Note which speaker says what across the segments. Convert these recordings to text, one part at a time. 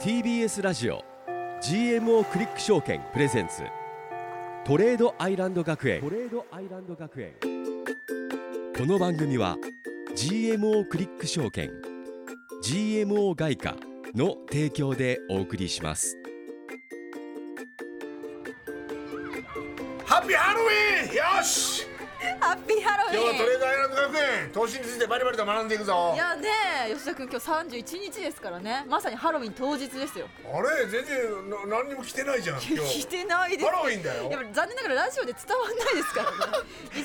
Speaker 1: TBS ラジオ GMO クリック証券プレゼンツトレードアイランド学園トレードアイランド学園この番組は GMO クリック証券 GMO 外貨の提供でお送りします
Speaker 2: ハッピーハロウィンよし
Speaker 3: ハッピーハロウィ
Speaker 2: 今日は
Speaker 3: ン
Speaker 2: トレードアイランド学園投資についてバリバリと学んでいくぞ
Speaker 3: いやね吉田君今日三十一日ですからねまさにハロウィン当日ですよ
Speaker 2: あれ全然な何にも来てないじゃん今
Speaker 3: 聞い
Speaker 2: 日
Speaker 3: てないです
Speaker 2: ハロウィンだよ
Speaker 3: やっぱり残念ながらラジオで伝わらないですからね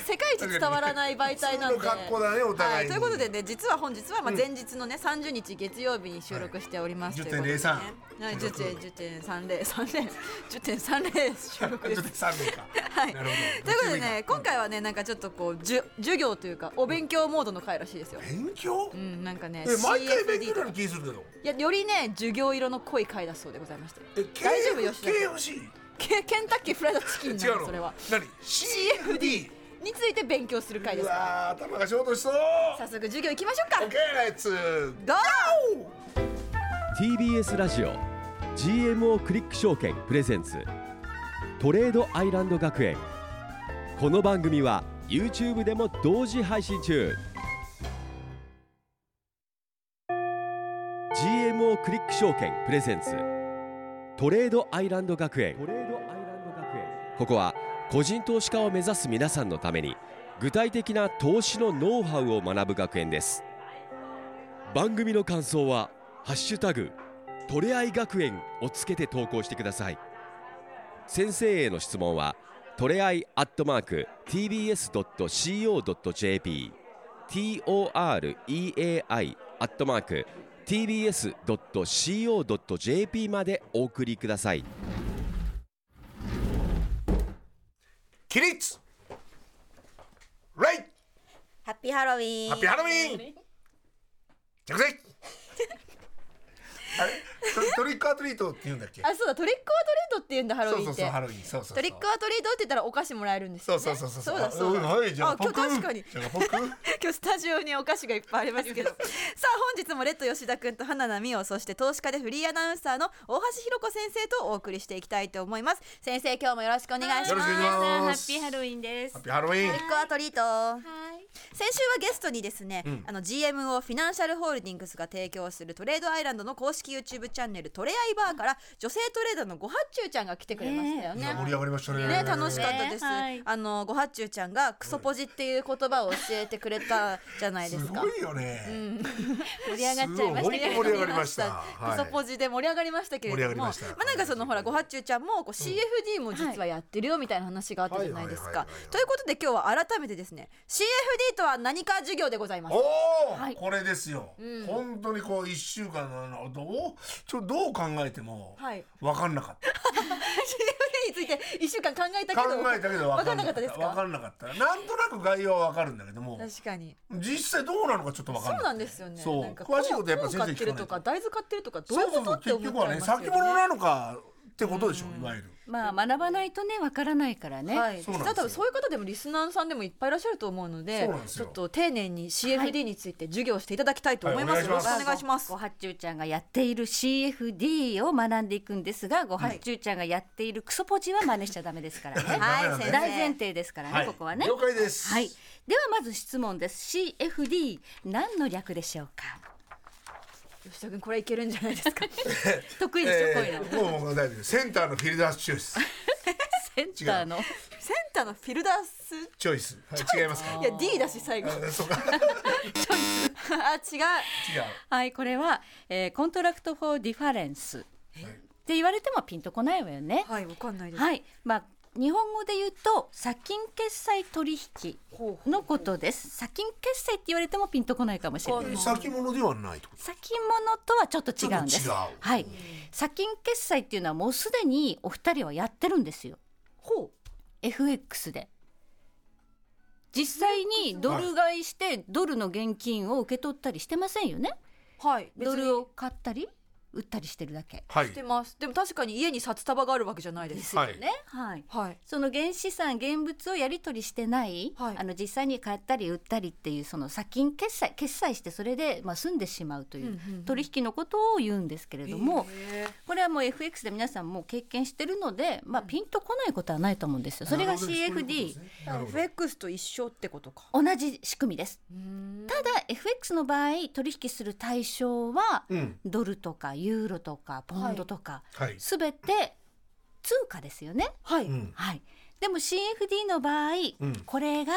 Speaker 3: 世界一伝わらない媒体なんで
Speaker 2: 普通の格好だねお互い
Speaker 3: は
Speaker 2: に
Speaker 3: ということでね実は本日はまあ前日のね三十日月曜日に収録しております
Speaker 2: はい
Speaker 3: ということでね
Speaker 2: 10.03
Speaker 3: はい十 点十点三零三零十点三零収録で
Speaker 2: ちょ
Speaker 3: す
Speaker 2: っと3名か
Speaker 3: はい、と
Speaker 2: な
Speaker 3: いう
Speaker 2: るほど
Speaker 3: ことでね、今回はね、なんかちょっとこう、じゅ、授業というか、お勉強モードの回らしいですよ。
Speaker 2: 勉強
Speaker 3: うん、なんかね、
Speaker 2: え毎回勉強
Speaker 3: CFD
Speaker 2: な
Speaker 3: と
Speaker 2: の
Speaker 3: か
Speaker 2: 気するけど
Speaker 3: いや、よりね、授業色の濃い回だそうでございました。
Speaker 2: え経営
Speaker 3: 大丈夫吉田
Speaker 2: 経営欲しい
Speaker 3: けケンタッキーフライドチキン
Speaker 2: 違
Speaker 3: な
Speaker 2: う
Speaker 3: の、
Speaker 2: の
Speaker 3: それは。
Speaker 2: 何 CFD
Speaker 3: について勉強する回で
Speaker 2: う
Speaker 3: すから。
Speaker 2: わー頭がショートしそう
Speaker 3: 早速授業行きましょうか。
Speaker 2: OK レッツ
Speaker 3: どうぞ
Speaker 1: TBS ラジオ GMO クリック証券プレゼンツトレードアイランド学園この番組は YouTube でも同時配信中 GMO クリック証券プレゼンツトレードアイランド学園ここは個人投資家を目指す皆さんのために具体的な投資のノウハウを学ぶ学園です番組の感想は「ハッシュタグトレアイ学園」をつけて投稿してください先生への質問はトレアイアットマーク TBS.CO.JP TOREAI アットマーク TBS.CO.JP までお送りください
Speaker 2: 起立レイ
Speaker 4: ハッピーハロウィーン。
Speaker 2: ハッピーハロウィーン着 席あれトトリックアトリートって言うんだっけ
Speaker 3: あ、そうだ、トリックオアトリートって言うんだ、ハロウ
Speaker 2: そうそう
Speaker 3: ィン
Speaker 2: そう
Speaker 3: って。
Speaker 2: ハロウィンそうそうそう
Speaker 3: トリックオアトリートって言ったらお菓子もらえるんです
Speaker 2: そ
Speaker 3: よ、
Speaker 2: う
Speaker 3: ね。
Speaker 2: そうそうそう
Speaker 3: そうだそうだ。
Speaker 2: あはいじゃあ
Speaker 3: あ今日確かに
Speaker 2: じゃあ僕
Speaker 3: 今日スタジオにお菓子がいっぱいありますけどさあ本日もレッド吉田君と花奈美桜そして投資家でフリーアナウンサーの大橋ひろ子先生とお送りしていきたいと思います先生今日もよろしくお願いし
Speaker 2: よろ
Speaker 3: ま
Speaker 2: し
Speaker 3: す
Speaker 2: くお願いします
Speaker 5: ハッピーハロウィンです
Speaker 2: ハッ。ピーハロウィン
Speaker 4: トリックアトリート。
Speaker 5: はい。
Speaker 3: 先週はゲストにですね、あの GMO フィナンシャルホールディングスが提供するトレードアイランドの公式 YouTube チャンネルトレアイバーから女性トレーダーのごはっちゅうちゃんが来てくれましたよ
Speaker 2: い
Speaker 3: ね
Speaker 2: や盛り上がりましたね
Speaker 3: ね、楽しかったです。
Speaker 5: ねはい
Speaker 3: あのごはっちゅうちゃんがクソポジっていう言葉を教えてくれたじゃないですすか
Speaker 2: ご。いよね
Speaker 5: 盛り上がっちゃい
Speaker 2: す
Speaker 5: ましたけ
Speaker 2: ごい本当
Speaker 5: ど。
Speaker 2: に盛り上がりました はい
Speaker 3: クソポジで盛り上がりましたけれども、
Speaker 2: 盛り上がりました
Speaker 3: あなんかそのほらごはっちゅうちゃんもこう CFD も実はやってるよみたいな話があったじゃないです
Speaker 2: はいはいはい
Speaker 3: か
Speaker 2: はいはい。
Speaker 3: ということで今日は改めてですね、CFD とは何か授業でございます。
Speaker 2: おお、
Speaker 5: はい
Speaker 2: これですよ、
Speaker 3: ん
Speaker 2: 本当にこう一週間のあのどうちょどう考えても
Speaker 3: はい
Speaker 2: 分かんなかった、
Speaker 3: CFD について一週間考えたけど、
Speaker 2: 考えたけど
Speaker 3: わ
Speaker 2: 分
Speaker 3: か
Speaker 2: か
Speaker 3: ん
Speaker 2: ん
Speaker 3: な
Speaker 2: なか
Speaker 3: かっ
Speaker 2: ったた
Speaker 3: です
Speaker 2: 分か
Speaker 3: か。
Speaker 2: んなかったなんとなく概要は分かるんだけども
Speaker 3: 確かに。
Speaker 2: 実際どうなのかちょっと分かん
Speaker 3: そ
Speaker 2: な
Speaker 3: うないんですよね。
Speaker 2: そう
Speaker 3: なんか
Speaker 2: 詳しいことやっぱ
Speaker 3: 本
Speaker 2: 先
Speaker 3: を
Speaker 2: 生
Speaker 3: 買
Speaker 2: に
Speaker 3: っ
Speaker 2: 聞
Speaker 3: て
Speaker 2: か
Speaker 3: る
Speaker 2: ない
Speaker 3: と
Speaker 2: と
Speaker 3: か大豆買ってるとかどういう
Speaker 2: そうそう
Speaker 3: こ
Speaker 2: そう
Speaker 3: とって
Speaker 2: 結
Speaker 3: 思
Speaker 2: 局はい
Speaker 3: っちゃ
Speaker 2: ね
Speaker 3: ますよ
Speaker 2: 先
Speaker 3: ね。
Speaker 2: 物なのかってことでしょ、ういわゆる
Speaker 5: まあ学ばないとねわからないからね。
Speaker 3: はい、
Speaker 2: そうなんですよ
Speaker 3: ただ多分そういう方でもリスナーさんでもいっぱいいらっしゃると思うので
Speaker 2: そうなんです
Speaker 3: ち
Speaker 2: よ
Speaker 3: ょっと丁寧に CFD について授業していただきたいと思いま
Speaker 2: は
Speaker 3: す、
Speaker 2: いお願いします
Speaker 3: よろしくお願いします
Speaker 5: ごはっちゅうちゃんがやっている CFD を学んでいくんですが、ごはっちゅうちゃんがやっているクソポジは真似しちゃダメですからね。
Speaker 2: はい
Speaker 3: はい先生
Speaker 5: 大前提ですからね、
Speaker 2: はい
Speaker 5: ここはね。
Speaker 2: 了解です
Speaker 5: はい。ではまず質問です。CFD 何の略でしょうか。
Speaker 3: 吉田君これいけるんじゃないです か
Speaker 5: 得意ですよ、こうい
Speaker 2: え
Speaker 5: うの。
Speaker 2: ー、もうもう大丈夫ですセンターのフィルダースチョイ ス
Speaker 5: センターの。
Speaker 3: センターのフィルダースい
Speaker 2: チョイス、はい、違いますか
Speaker 3: や D だし最後あ
Speaker 2: あそうか
Speaker 3: 違う
Speaker 2: 違う
Speaker 5: はい、これは、えー、コントラクト・フォー・ディファレンスって言われてもピンとこないわよね。
Speaker 3: はいわかんないです、
Speaker 5: はい、まあ日本語で言うと借金決済取引のことです。借金決済って言われてもピンとこないかもしれない。
Speaker 2: 先物ではないってこと
Speaker 5: 先物とはちょっと違うんで
Speaker 2: ち
Speaker 5: す。
Speaker 2: ょっと違う
Speaker 5: はい、借金決済っていうのはもうすでにお二人はやってるんですよ。ほう、FX で。実際にドル買いしてドルの現金を受け取ったりしてませんよね。
Speaker 3: はい
Speaker 5: ドルを買ったり売ったりしてるだけ
Speaker 2: は
Speaker 3: し
Speaker 2: い
Speaker 3: てますでも確かに家に札束があるわけじゃないで
Speaker 5: ですすよね。はい
Speaker 3: はい
Speaker 5: その原資産現物をやり取りしてない、
Speaker 3: はい
Speaker 5: あの実際に買ったり売ったりっていうその先金決済決済してそれでまあ済んでしまうという
Speaker 3: うんうんうん
Speaker 5: 取引のことを言うんですけれども、
Speaker 3: へー
Speaker 5: これはもう FX で皆さんもう経験してるので、まあ、ピンとこないことはないと思うんですよ。それが CFD
Speaker 2: なるほどそういうこ
Speaker 3: FX と一緒ってことか
Speaker 5: 同じ仕組みです。
Speaker 3: た
Speaker 5: ただ FX の場合取引する対象は
Speaker 2: とですねうん
Speaker 5: ドルとかユーロとかポンドとか、
Speaker 2: はい
Speaker 5: すべて通貨ですよね。
Speaker 3: はい、
Speaker 2: うん
Speaker 5: はい、でも CFD の場合、
Speaker 2: うん
Speaker 5: これが、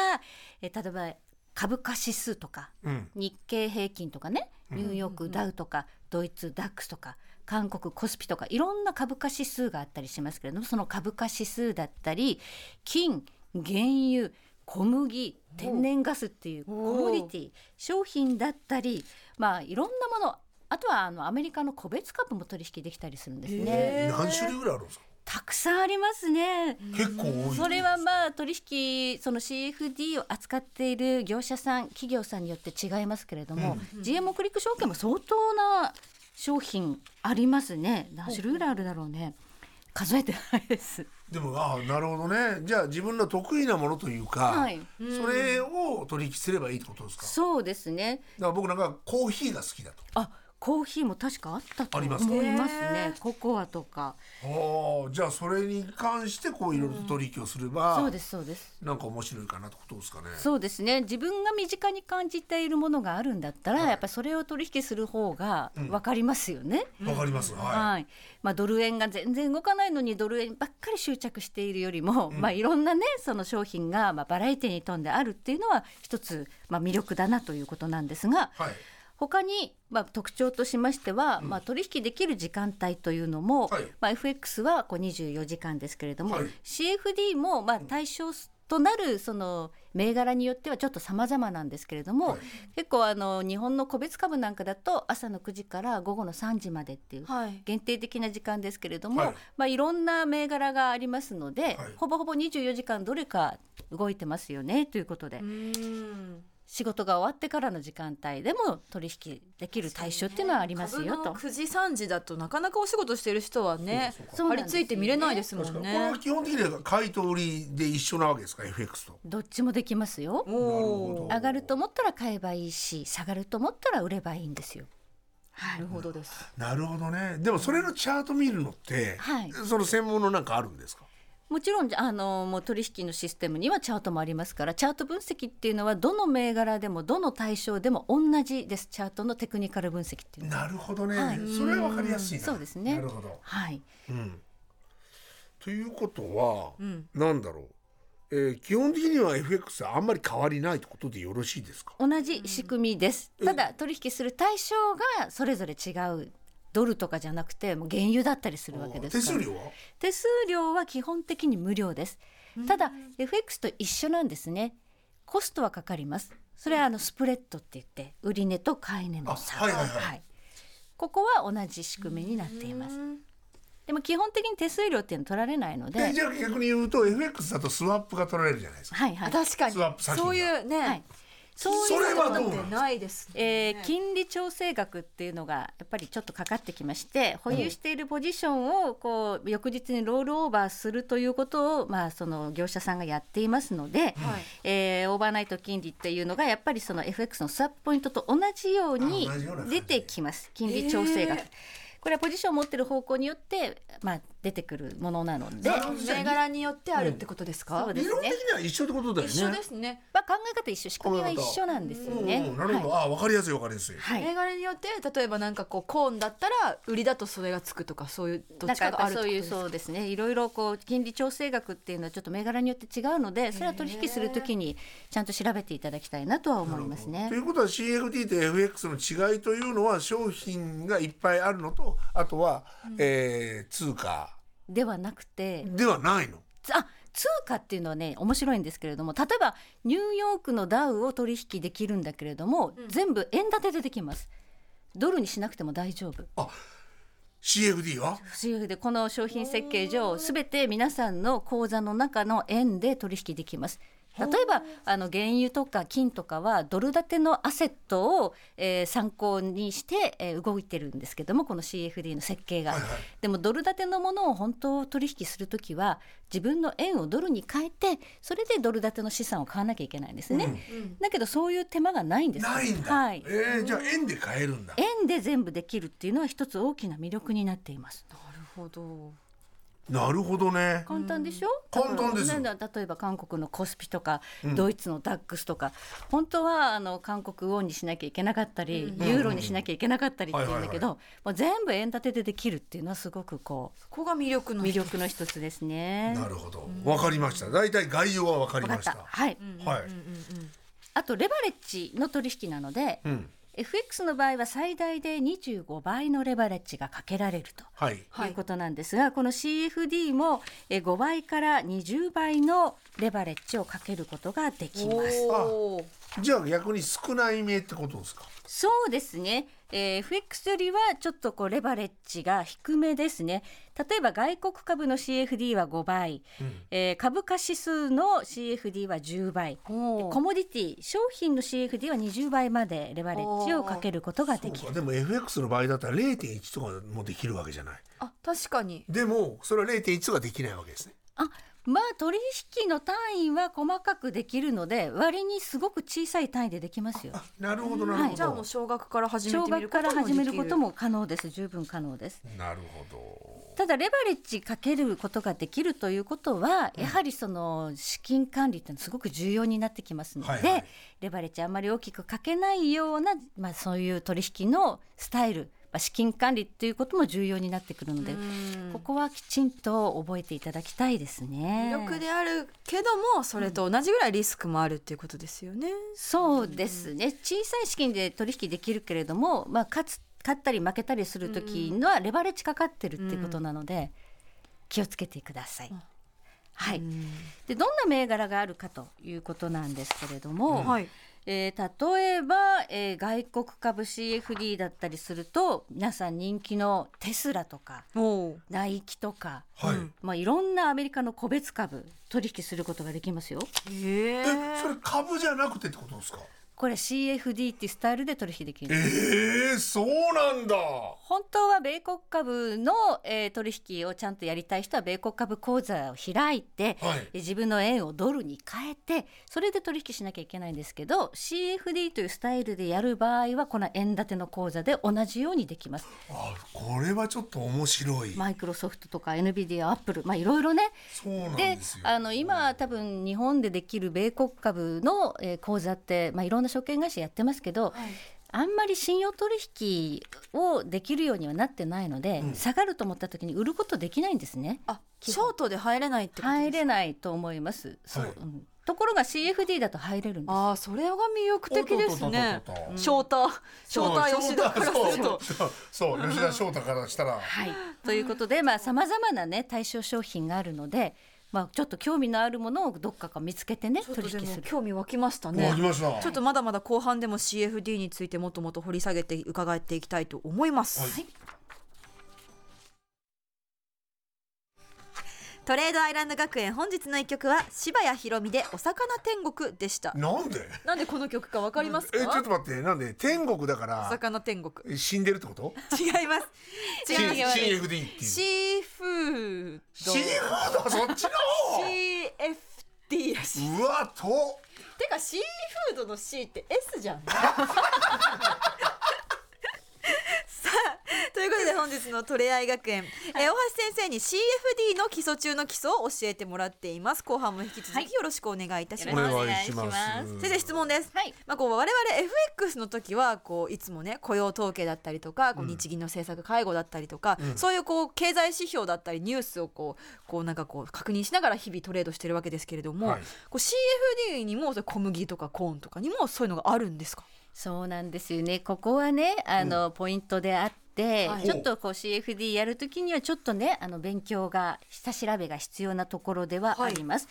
Speaker 5: えー例えば株価指数とか
Speaker 2: うん
Speaker 5: 日経平均とかねニューヨークダウとか、ドイツダックスとか韓国コスピとかいろんな株価指数があったりしますけれどもその株価指数だったり金原油小麦天然ガスっていうコモディティ商品だったりまあいろんなものあとはあのアメリカの個別株も取引できたりするんですね。
Speaker 3: へー
Speaker 2: 何種類ぐらいあるんですか
Speaker 5: たくさんありますね。
Speaker 2: 結構多い
Speaker 5: それはまあ取引その CFD を扱っている業者さん企業さんによって違いますけれども、GMO クリック証券も相当な商品ありますね何種類ぐらいあるだろうね数えてないです
Speaker 2: でもああなるほどねじゃあ自分の得意なものというか、
Speaker 5: はい
Speaker 2: それを取引すればいいってことですかだ
Speaker 5: そうですね
Speaker 2: から僕なんかコーヒーが好きだと
Speaker 5: あコーヒーも確かあったと
Speaker 2: あ
Speaker 5: 思
Speaker 2: り
Speaker 5: い
Speaker 2: ま
Speaker 5: ますす
Speaker 2: か
Speaker 5: ね
Speaker 3: ね
Speaker 5: ココアとか
Speaker 2: ああじゃあそれに関してこういろいろと取引をすれば、
Speaker 5: そうですそうです
Speaker 2: なんか面白いかなってことですかね
Speaker 5: そうですね自分が身近に感じているものがあるんだったら、やっぱりそれを取引する方が分かりますよね、
Speaker 2: わかります、は
Speaker 5: はいまあ、ドル円が全然動かないのにドル円ばっかり執着しているよりも、まあ、いろんな、ね、その商品が、まあ、バラエティに富んであるっていうのは一つ、まあ、魅力だなということなんですが、
Speaker 2: いはい
Speaker 5: 他に、まあ、特徴としましては、まあ、取引できる時間帯というのも、
Speaker 2: はい
Speaker 5: まあ、FX はこう24時間ですけれども、
Speaker 2: はい
Speaker 5: CFD もまあ対象となるその銘柄によってはちょっと様々なんですけれども、
Speaker 2: はい
Speaker 5: 結構あの日本の個別株なんかだと朝の9時から午後の3時までっていう
Speaker 3: はい
Speaker 5: 限定的な時間ですけれども、
Speaker 2: はい
Speaker 5: いまあ、いろんな銘柄がありますので、
Speaker 2: はい
Speaker 5: ほぼほぼ24時間どれか動いてますよねということで、
Speaker 3: うん
Speaker 5: 仕事が終わってからの時間帯でも取引できる対象っていうのはありますよと。
Speaker 3: 9時3時だとなかなかお仕事してる人はね
Speaker 5: そう
Speaker 3: 張り
Speaker 5: なんですよ
Speaker 3: 付
Speaker 5: ね
Speaker 3: いて見れないですも
Speaker 2: 確か
Speaker 3: ん
Speaker 2: にこれ
Speaker 3: ね
Speaker 2: は基本的には買いと売りで一緒なわけですか FX と
Speaker 5: どっちもできますよ。
Speaker 3: おお
Speaker 2: なるほど
Speaker 3: ー
Speaker 5: 上がると思ったら買えばいいし、下がると思ったら売ればいいんですよ。
Speaker 3: なるほどです
Speaker 2: なるほどねでもそれのチャート見るのって、
Speaker 5: はい
Speaker 2: その専門のなんかあるんですか
Speaker 5: もちろんあのもう取引のシステムにはチャートもありますからチャート分析っていうのはどの銘柄でもどの対象でも同じですチャートのテクニカル分析っていうのは。
Speaker 2: なるほどね、
Speaker 5: はい
Speaker 2: それはわかりやすいな
Speaker 5: そうですね
Speaker 2: なるほど
Speaker 5: はい、
Speaker 2: うんということは、
Speaker 3: ん
Speaker 2: なんだろう、えー基本的には FX はあんまり変わりないってことでよろしいですか
Speaker 5: 同じ仕組みです、ただ取引する対象がそれぞれ違うドルとかじゃなくてもう原油だったりするわけです
Speaker 2: 手
Speaker 5: から
Speaker 2: 数料は
Speaker 5: 手数料は基本的に無料ですただ FX と一緒なんですねコストはかかりますそれはあのスプレッドって言って売値と買い値の差
Speaker 2: あはいはいはい
Speaker 5: ここは同じ仕組みになっていますでも基本的に手数料っていうのは取られないので
Speaker 2: えじゃあ逆に言うと FX だとスワップが取られるじゃないですか
Speaker 5: はいは
Speaker 3: あ
Speaker 5: い、
Speaker 3: 確かに
Speaker 2: スワップ先が
Speaker 3: そういうね、
Speaker 5: はい、そうい
Speaker 2: そうれはどう
Speaker 3: なんてないですね
Speaker 5: えー金利調整額っていうのがやっぱりちょっとかかってきまして保有しているポジションをこう翌日にロールオーバーするということを、まあ、その業者さんがやっていますので、
Speaker 3: はい
Speaker 5: えーオーバーナイト金利っていうのがやっぱりその FX のスワップポイントと同じように
Speaker 2: あ同じような感じ
Speaker 5: 出てきます金利調整額。
Speaker 3: へー
Speaker 5: これはポジションを持ってる方向によって、まあ、出てくるものなので、
Speaker 2: なるほど
Speaker 3: 銘柄によってあるってことですか、
Speaker 5: そうで
Speaker 2: 理
Speaker 5: す
Speaker 2: 論的
Speaker 5: ね、
Speaker 2: には一緒ってことだよね
Speaker 3: 一緒ですね
Speaker 5: まあ、考え方一緒仕組みは一緒なんですよね。
Speaker 2: うんうんなるほど、
Speaker 5: はい
Speaker 2: ああわかりやすいわかりやすい、
Speaker 5: はい
Speaker 3: 銘柄によって例えばなんかこうコーンだったら売りだとそれがつくとかそういうどっちかがあるって
Speaker 5: なんか
Speaker 3: こと
Speaker 5: や
Speaker 3: で
Speaker 5: っぱ
Speaker 3: す
Speaker 5: そう
Speaker 3: か
Speaker 5: いうそうですねいろいろこう金利調整額っていうのはちょっと銘柄によって違うのでそれは取引するときにちゃんと調べていただきたいなとは思いますね
Speaker 2: とい。うことは CFD と FX の違いというのは商品がいっぱいあるのとあとは、えー通貨
Speaker 5: ではなくて
Speaker 2: ではないの。
Speaker 5: つあ通貨っていうのはね面白いんですけれども例えばニューヨークのダウを取引できるんだけれども、全部円建てでできます。ドルにしなくても大丈夫
Speaker 2: CFD は
Speaker 5: 不思議でこの商品設計上すべて皆さんの口座の中の円で取引できます例えばあの原油とか金とかはドル建てのアセットを、えー参考にして、えー動いてるんですけどもこの CFD の設計が。でもドル建てのものを本当取引するときは自分の円をドルに変えてそれでドル建ての資産を買わなきゃいけないんですね。だけどそういう手間がないんですよ
Speaker 2: ないんだ、
Speaker 5: はい、
Speaker 2: えー、じゃあ円で買えるんだ
Speaker 5: 円で全部できるっていうのは一つ大きな魅力になっています。
Speaker 3: なるほど。
Speaker 2: なるほどね
Speaker 5: 簡単でしょ、
Speaker 2: 簡単です
Speaker 5: なんだ例えば韓国のコスピとか、ドイツのダックスとか本当はあの韓国ウォンにしなきゃいけなかったり、ユーロにしなきゃいけなかったりっていうんだけど、もう全部円建てでできるっていうのはすごくこ
Speaker 3: そこが魅力
Speaker 5: う
Speaker 3: の
Speaker 5: 魅力の一つですね。
Speaker 2: なるほどわかりました大体概要はわかり
Speaker 5: わか
Speaker 2: ま
Speaker 5: っ
Speaker 2: した
Speaker 5: た。はい、
Speaker 2: はい、
Speaker 5: あとレバレッジの取引なので、
Speaker 2: ん
Speaker 5: FX の場合は最大で25倍のレバレッジがかけられると。
Speaker 2: はい
Speaker 5: ということなんですがこの CFD もえー5倍から20倍のレバレッジをかけることができます。
Speaker 3: おー
Speaker 2: じゃあ逆に少ないめってことですか
Speaker 5: そうですね、えー FX よりはちょっとこうレバレッジが低めですね例えば外国株の CFD は5倍、えー株価指数の CFD は10倍
Speaker 3: おー
Speaker 5: コモディティ商品の CFD は20倍までレバレッジをかけることができ
Speaker 2: そう
Speaker 5: る
Speaker 2: かでも FX の場合だったら0.1とかもできるわけじゃない
Speaker 3: あ確かに。
Speaker 2: でもそれは0.1とかできないわけですね
Speaker 5: あまあ取引の単位は細かくできるので割にすごく小さい単位でできますよ
Speaker 2: なるほどなるほど、
Speaker 3: じゃあもう小学から始め
Speaker 5: 小
Speaker 3: てみるこ
Speaker 5: 学か
Speaker 3: とも
Speaker 5: ら
Speaker 3: できる。
Speaker 5: 始めることも可能です十分可能です
Speaker 2: なるほ
Speaker 5: ただレバレッジかけることができるということは、やはりその資金管理ってのはすごく重要になってきますので、
Speaker 2: はいはい
Speaker 5: レバレッジあんまり大きくかけないような、まあ、そういう取引のスタイル、まあ、資金管理ということも重要になってくるので、ここはきちんと覚えていただきたいですね。
Speaker 3: 魅力であるけどもそれと同じぐらいリスクもあるっていうことですよね。
Speaker 5: そうですね小さい資金で取引できるけれども、まあ、勝つ勝ったり負けたりする時のはレバレッジかかってるっていうことなので、気をつけてください。はい、でどんな銘柄があるかということなんですけれども、
Speaker 3: はい。
Speaker 5: えー例えば、えー外国株 CFD だったりすると皆さん人気のテスラとか
Speaker 3: おお。
Speaker 5: ナイキとか、
Speaker 2: どはい、
Speaker 5: まあ、いろんなアメリカの個別株取引することができますよ。
Speaker 3: へえ。
Speaker 2: えそれ株じゃなくてってことですか
Speaker 5: これ CFD っていうスタイルで取引できるんです
Speaker 2: えー、そうなんだ
Speaker 5: 本当は米国株の、えー取引をちゃんとやりたい人は米国株口座を開いて、
Speaker 2: はい
Speaker 5: 自分の円をドルに変えてそれで取引しなきゃいけないんですけど CFD というスタイルでやる場合はこの円建ての口座で同じようにできます。
Speaker 2: あこれはちょっと面白い、
Speaker 5: マイクロソフトとか NVIDIA、アップル、まあ、いろいろね
Speaker 2: そうなん
Speaker 5: で
Speaker 2: ですよ
Speaker 5: あの今多分日本でできる米国株の、えー口座って、まあ、いろんな証券会社やってますけど、あんまり信用取引をできるようにはなってないので、下がると思った時に売ることできないんですね。
Speaker 3: あショートで入れないってこと
Speaker 5: 入
Speaker 3: ですか。
Speaker 5: れないと思います、そう
Speaker 2: はい
Speaker 5: うんところが CFD だと入れるんです。
Speaker 3: ああそれが魅力的ですね
Speaker 2: おっとっとっとっとっと。
Speaker 3: 翔太翔太
Speaker 2: そう
Speaker 3: 吉田からすると。
Speaker 2: そうそうそうそう吉田翔太からしたら
Speaker 5: はい、ということでさまざ、まなね対象商品があるので、まあ、ちょっと興味のあるものをどっかか見つけてね
Speaker 3: ちょっと
Speaker 5: 取
Speaker 3: で
Speaker 5: 引
Speaker 3: も
Speaker 5: する。
Speaker 3: 興味湧きましたね
Speaker 2: 湧き。ました
Speaker 3: ちょっとまだまだ後半でも CFD についてもっともっと掘り下げて伺っていきたいと思います。
Speaker 2: はい
Speaker 3: トレードアイランド学園本日の一曲は柴谷ひろみでお魚天国でした。
Speaker 2: なんで
Speaker 3: なんでこの曲かわかります
Speaker 2: えちょ
Speaker 3: か
Speaker 2: っ？と待ってなんで天国だか
Speaker 3: お
Speaker 2: ら
Speaker 3: 魚天国。
Speaker 2: 死んでるってこと
Speaker 3: 違います。違います。
Speaker 2: CFD っていうシ
Speaker 3: C フード。
Speaker 2: ーフードそっちの方
Speaker 3: CFD らしい。
Speaker 2: うわと
Speaker 3: てかシーフードの C って S じゃん。さあということで本日のトレアイ学園、えー大橋先生に CFD の基礎中の基礎を教えてもらっています後半も引き続きよろしくお願いいたします、
Speaker 5: お願いします
Speaker 3: 先生質問です、
Speaker 5: はい
Speaker 3: まあ、こう我々 FX の時はこういつもね雇用統計だったりとかこう日銀の政策会合だったりとか、そういうこう経済指標だったりニュースをこうこうなんかこう確認しながら日々トレードしてるわけですけれども、
Speaker 2: はい
Speaker 3: こう CFD にもそれ小麦とかコーンとかにもそういうのがあるんですか
Speaker 5: そうなんですよね。ここはね、あの、ポイントであって、
Speaker 3: はい
Speaker 5: ちょっとこう CFD やるときにはちょっとね、あの勉強が下調べが必要なところではあります。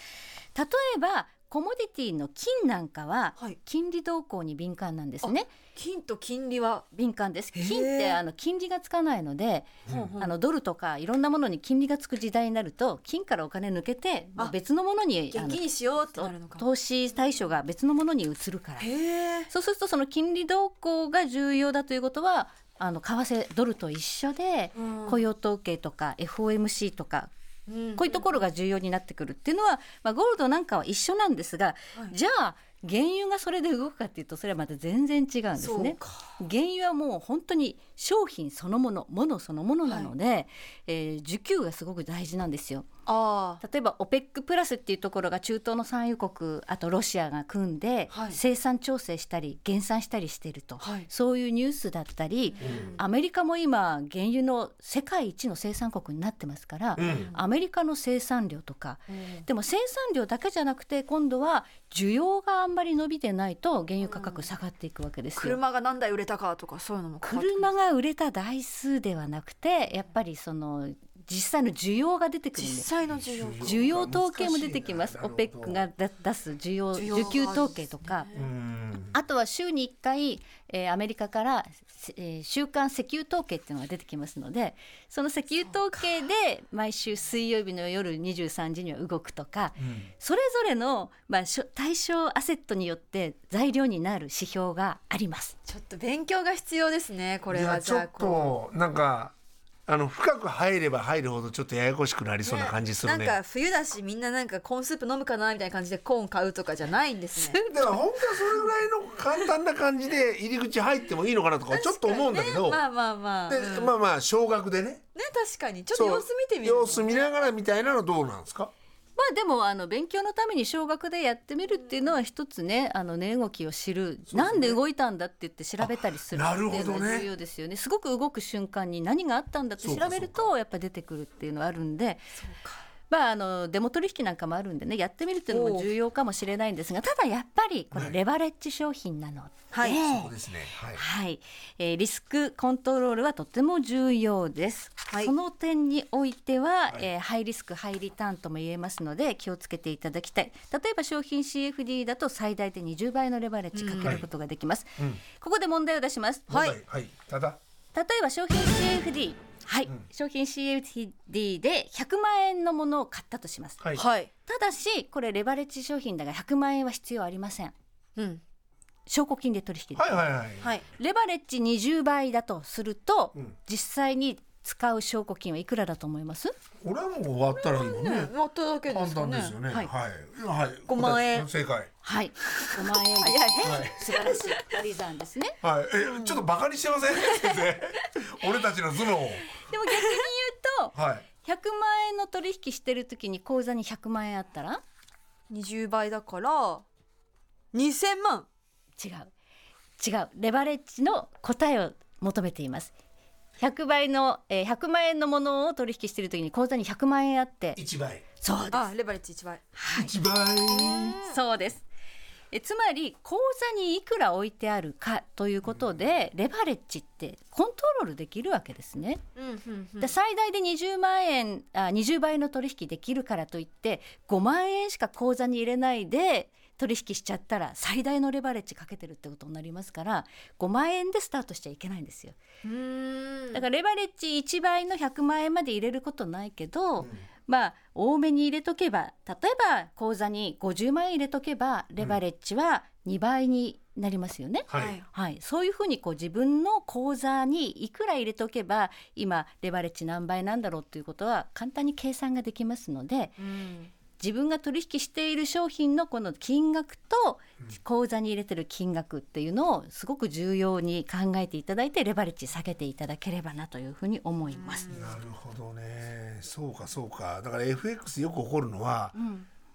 Speaker 5: 例えばコモディティの金なんかは
Speaker 3: はい
Speaker 5: 金利動向に敏感なんですね。
Speaker 3: 金と金利は、
Speaker 5: 敏感です。
Speaker 3: へー
Speaker 5: 金ってあの金利がつかないので、
Speaker 3: うん
Speaker 5: あのドルとかいろんなものに金利がつく時代になると金からお金抜けて
Speaker 3: あ
Speaker 5: 別のものにあ
Speaker 3: 現
Speaker 5: の
Speaker 3: 金にしようってなるのかも
Speaker 5: 投資対象が別のものに移るから。
Speaker 3: へえ
Speaker 5: そうするとその金利動向が重要だということはあの為替ドルと一緒で
Speaker 3: うん
Speaker 5: 雇用統計とか FOMC とか
Speaker 3: うん
Speaker 5: こういうところが重要になってくるっていうのは、まあ、ゴールドなんかは一緒なんですが、
Speaker 3: はい
Speaker 5: じゃあ原油がそれで動くかっていうとそれはまた全然違うんです
Speaker 3: そう
Speaker 5: ね。
Speaker 3: か
Speaker 5: 原油はもう本当に商品そのものものそのものなので、えー需給がすごく大事なんですよ。
Speaker 3: あ
Speaker 5: 例えば OPEC プラスっていうところが中東の産油国あとロシアが組んで
Speaker 3: はい
Speaker 5: 生産調整したり減産したりしてると、
Speaker 3: はい
Speaker 5: そういうニュースだったり、アメリカも今原油の世界一の生産国になってますから、
Speaker 2: うん
Speaker 5: アメリカの生産量とか
Speaker 3: あ、うん
Speaker 5: でも生産量だけじゃなくて今度は需要があんまり伸びてないと原油価格下がっていくわけですよ。
Speaker 3: 車が何台売れたかとかそういうのも変わってくる
Speaker 5: 車が売れた台数ではなくてやっぱりその実際の需要が出てくるんで
Speaker 3: 実
Speaker 5: す。
Speaker 3: 際の需要
Speaker 5: 需要統計も出てきます。
Speaker 2: 難しいな
Speaker 5: OPEC が出出す需要
Speaker 3: 需要が
Speaker 5: 需給統計とか、
Speaker 2: うん
Speaker 5: あとは週に1回、えーアメリカから、えー週間石油統計っていうのが出てきますのでその石油統計で毎週水曜日の夜23時には動くとかそれぞれの、まあ、しょ対象アセットによって材料になる指標があります。
Speaker 3: ちょっと勉強が必要ですねこれ
Speaker 2: い
Speaker 3: は
Speaker 2: や
Speaker 3: じ
Speaker 2: ちょ
Speaker 3: ゃあ
Speaker 2: っ
Speaker 3: こう
Speaker 2: となんかあの深く入れば入るほどちょっとややこしくなりそうな感じするね
Speaker 3: なんか冬だしみんななんかコーンスープ飲むかなみたいな感じでコーン買うとかじゃないんですね。
Speaker 2: だから本当はそれぐらいの簡単な感じで入り口入ってもいいのかなとかちょっと思うんだけど、
Speaker 3: まあまあまあ。
Speaker 2: で
Speaker 3: うんね
Speaker 2: まあまあ少額でね
Speaker 3: 確かにちょっと様子見てみる。
Speaker 2: そう様子見ながらみたいなのどうなんですか
Speaker 5: まあでもあの勉強のために少額でやってみるっていうのは一つねあの値動きを知る、なんで動いたんだって言って調べたりする
Speaker 2: あ
Speaker 5: っ
Speaker 2: な
Speaker 5: てい
Speaker 2: るほどね
Speaker 5: うのが重要ですよねすごく動く瞬間に何があったんだって
Speaker 2: そ
Speaker 5: 調
Speaker 2: うか
Speaker 5: べるとやっぱ出てくるっていうのはあるんで。まあ、あのデモ取引なんかもあるんでねやってみるっていうのも重要かもしれないんですがただやっぱりこれレバレッジ商品なので、
Speaker 3: はい
Speaker 2: そうですねはい
Speaker 5: はい、えーリスクコントロールはとても重要です。
Speaker 3: はい
Speaker 5: その点においては、えーハイリスクハイリターンとも言えますので気をつけていただきたい。例えば商品 CFD だと最大で20倍のレバレッジかけることができます。ここで問題を出します。
Speaker 2: はいはいただ
Speaker 5: 例えば商品 CFD はい、商品 CFD で100万円のものを買ったとします。
Speaker 2: はい
Speaker 3: はい。
Speaker 5: ただしこれレバレッジ商品だが100万円は必要ありません。
Speaker 3: うん。
Speaker 5: 証拠金で取引です。
Speaker 2: はいはいはい
Speaker 3: はい。
Speaker 5: レバレッジ20倍だとすると、
Speaker 2: ん
Speaker 5: 実際に使う証拠金はいくらだと思います
Speaker 2: 俺はもう終わったらいいもんね
Speaker 3: ね、もっとだけで
Speaker 2: 簡
Speaker 3: すか
Speaker 2: 単
Speaker 3: ね。
Speaker 2: ですよねは
Speaker 3: はいい。
Speaker 2: はいはい
Speaker 3: 五万円
Speaker 2: 正解
Speaker 5: はい5万円ですね素晴らしい割り算ですね
Speaker 2: はいえちょっとバカにしてません 先生俺たちの頭脳を
Speaker 5: でも逆に言うと
Speaker 2: はい
Speaker 5: 100万円の取引してる時に口座に100万円あったら
Speaker 3: 二十倍だから二千万。
Speaker 5: 違う違うレバレッジの答えを求めています100倍の、えー100万円のものを取引してる時に口座に100万円あって
Speaker 2: 一倍
Speaker 5: そうです
Speaker 3: あ、レバレッジ一倍。
Speaker 2: 一倍
Speaker 5: そうです。えつまり口座にいくら置いてあるかということで、レバレッジってコントロールできるわけですね。
Speaker 3: うんうんうん
Speaker 5: で最大で20万円あ20倍の取引できるからといって5万円しか口座に入れないで取引しちゃったら最大のレバレッジかけてるってことになりますから5万円でスタートしちゃいけないんですよ。
Speaker 3: うーん。
Speaker 5: だからレバレッジ1倍の100万円まで入れることないけど、まあ多めに入れとけば例えば口座に50万円入れとけばレバレッジは2倍になりますよね。
Speaker 2: は
Speaker 3: はいい。
Speaker 5: はい、そういうふうにこう自分の口座にいくら入れとけば今レバレッジ何倍なんだろうということは簡単に計算ができますので
Speaker 3: うん。
Speaker 5: 自分が取引している商品のこの金額と口座に入れてる金額っていうのをすごく重要に考えていただいてレバレッジ下げていただければなというふうに思います。
Speaker 2: なるほどねそうかそうかだから FX よく起こるのは、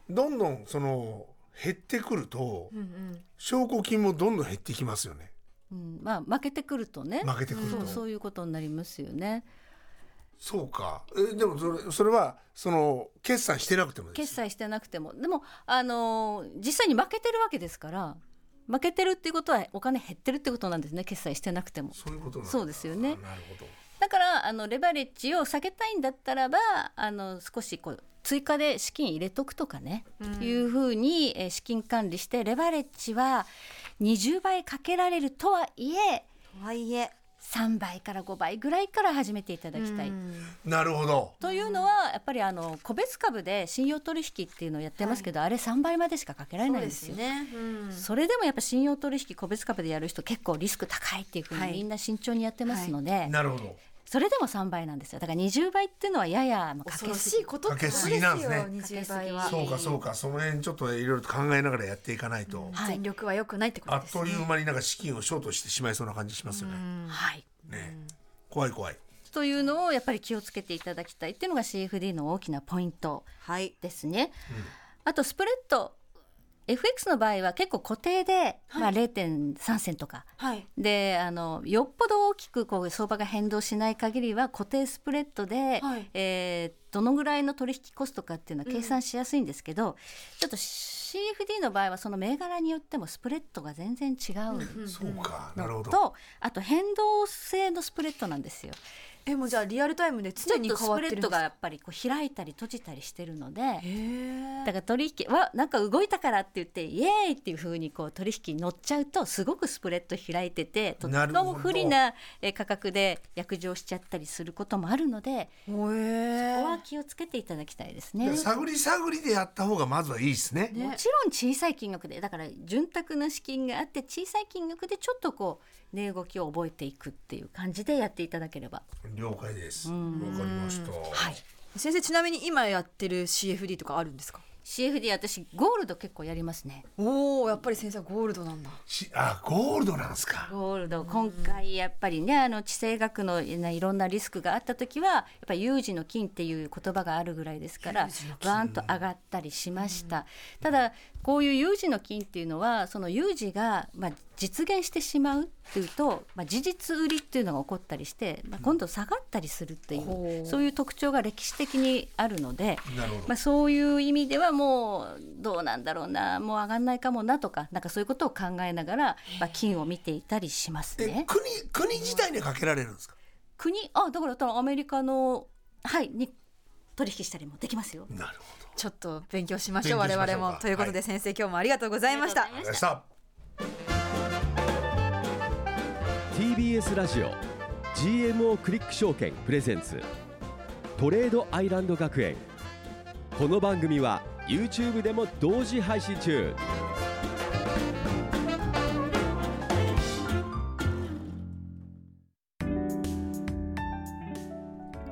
Speaker 2: どんどんその減ってくると、
Speaker 3: うんうん。
Speaker 2: 証拠金もどんどん減ってきますよね
Speaker 5: うん、まあ負けてくるとね、
Speaker 2: 負けてくると、
Speaker 5: そうそういうことになりますよね。
Speaker 2: そうかえでもそれそれはその決算してなくてもです
Speaker 5: 決済してなくても、でもあのー実際に負けてるわけですから、負けてるっていうことはお金減ってるってことなんですね。決済してなくても。
Speaker 2: そういうことなんだ
Speaker 5: そうですよね
Speaker 2: なるほど
Speaker 5: だからあのレバレッジを下げたいんだったらばあの少しこう追加で資金入れとくとかね、
Speaker 6: うん
Speaker 5: いうふうにえー資金管理してレバレッジは20倍かけられるとはいえ
Speaker 6: とはいえ
Speaker 5: 3倍から5倍ぐらいから始めていただきたい。
Speaker 6: うん
Speaker 2: なるほど
Speaker 5: というのはやっぱりあの個別株で信用取引っていうのをやってますけど、あれ3倍までしかかけられ
Speaker 6: そ
Speaker 5: な
Speaker 6: う
Speaker 5: いん
Speaker 6: で
Speaker 5: です
Speaker 6: す
Speaker 5: よ。
Speaker 6: ね、うん
Speaker 5: それでもやっぱ信用取引個別株でやる人結構リスク高いっていうふう
Speaker 6: はい
Speaker 5: にみんな慎重にやってますので、
Speaker 2: なるほど
Speaker 5: それでも3倍なんですよだから20倍っていうのはややまあか
Speaker 6: 恐
Speaker 5: け
Speaker 6: ろ
Speaker 5: す
Speaker 6: し
Speaker 5: ぎ
Speaker 6: いことってこと
Speaker 2: かけすぎなん
Speaker 6: ですよ
Speaker 5: ね
Speaker 6: 20倍は
Speaker 5: かけす
Speaker 2: そうかそうかその辺ちょっといろいろと考えながらやっていかないと、
Speaker 5: はい
Speaker 6: 全力は良くないってこと
Speaker 2: あ
Speaker 6: で
Speaker 2: っ
Speaker 6: すね
Speaker 2: という間になんか資金をショートしてしまいそうな感じしますよね、
Speaker 5: はい
Speaker 2: ね怖い怖い
Speaker 5: というのをやっぱり気をつけていただきたいっていうのが CFD の大きなポイント
Speaker 6: はい
Speaker 5: ですね。あとスプレッド FX の場合は結構固定で、まあ、0.3銭とか
Speaker 6: はい
Speaker 5: であのよっぽど大きくこう相場が変動しない限りは固定スプレッドで、
Speaker 6: はい
Speaker 5: えーどのぐらいの取引コストかっていうのは計算しやすいんですけど、ちょっと CFD の場合はその銘柄によってもスプレッドが全然違う
Speaker 2: そうかなるほど
Speaker 5: とあと変動性のスプレッドなんですよ。
Speaker 6: えもうじゃあリアルタイムで
Speaker 5: ち
Speaker 6: 常
Speaker 5: ょっ
Speaker 6: に
Speaker 5: と
Speaker 6: 変
Speaker 5: ス
Speaker 6: わっ
Speaker 5: プ
Speaker 6: てる
Speaker 5: レ
Speaker 6: んで
Speaker 5: ッ
Speaker 6: す
Speaker 5: ドがや
Speaker 6: か
Speaker 5: っぱりこう開いたり閉じたりしてるので。
Speaker 6: へー
Speaker 5: だから取引はなんか動いたからって言ってイエーイっていう風にこう取引に乗っちゃうとすごくスプレッド開いててと
Speaker 2: な
Speaker 5: っ
Speaker 2: る
Speaker 5: て
Speaker 2: ほど
Speaker 5: も不利なえー価格で約定しちゃったりすることもあるので
Speaker 6: ほえ
Speaker 5: ここ
Speaker 6: ー
Speaker 5: は気をつけていただきたいです
Speaker 2: だから。
Speaker 5: ね
Speaker 2: 探り探りでやった方がまずはいいですね
Speaker 5: もちろん小さい金額でだから潤沢な資金があって小さい金額でちょっとこう値動きを覚えていくっていう感じでやっていただければ
Speaker 2: 了解ですわかりました
Speaker 5: はい
Speaker 6: 先生ちなみに今やってる CFD とかあるんですか
Speaker 5: CFD 私ゴールド結構やりますね
Speaker 6: おおやっぱり先生はゴールドなんだ
Speaker 2: しあゴールドなんですか
Speaker 5: ゴールド今回やっぱりねあの地政学のいろんなリスクがあった時はやっぱり有事の金っていう言葉があるぐらいですからバーンと上がったりしましたただこういう有事の金っていうのはその有事がまあ実現してしまうっていうと、まあ、事実売りっていうのが起こったりして、まあ、今度下がったりするっていう、
Speaker 6: ほう
Speaker 5: そういう特徴が歴史的にあるので。
Speaker 2: なるほ
Speaker 5: まあ、そういう意味ではもうどうなんだろうなもう上がんないかもなとかなんかそういうことを考えながら、まあ、金を見ていたりします
Speaker 2: ど、え
Speaker 5: ね。
Speaker 2: 国国自体にはかけられるんですか
Speaker 5: 国あだから多分アメリカのはいに取引したりもできますよ。
Speaker 2: なるほど
Speaker 6: ちょっと勉強しましょう
Speaker 2: 勉強しまし
Speaker 6: 我
Speaker 2: ょう
Speaker 6: 々
Speaker 2: は
Speaker 6: も
Speaker 2: い
Speaker 6: ということで先生、今日もありがとうございました
Speaker 2: わかりました
Speaker 1: TBS ラジオ GMO クリック証券プレゼンツトレードアイランド学園この番組は YouTube でも同時配信中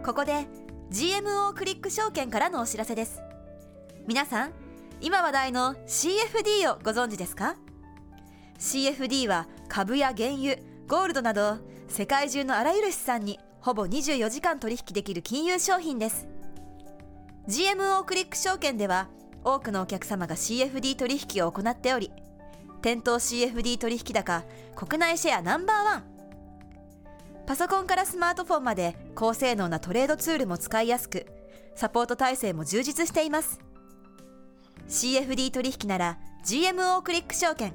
Speaker 3: ここで GMO クリック証券からのお知らせです皆さん今話題の CFD をご存知ですか CFD は株や原油ゴールドなど世界中のあらゆる資産にほぼ24時間取引できる金融商品です GMO クリック証券では多くのお客様が CFD 取引を行っており店頭 CFD 取引高国内シェアナンバーワンパソコンからスマートフォンまで高性能なトレードツールも使いやすくサポート体制も充実しています CFD 取引なら GMO クリック証券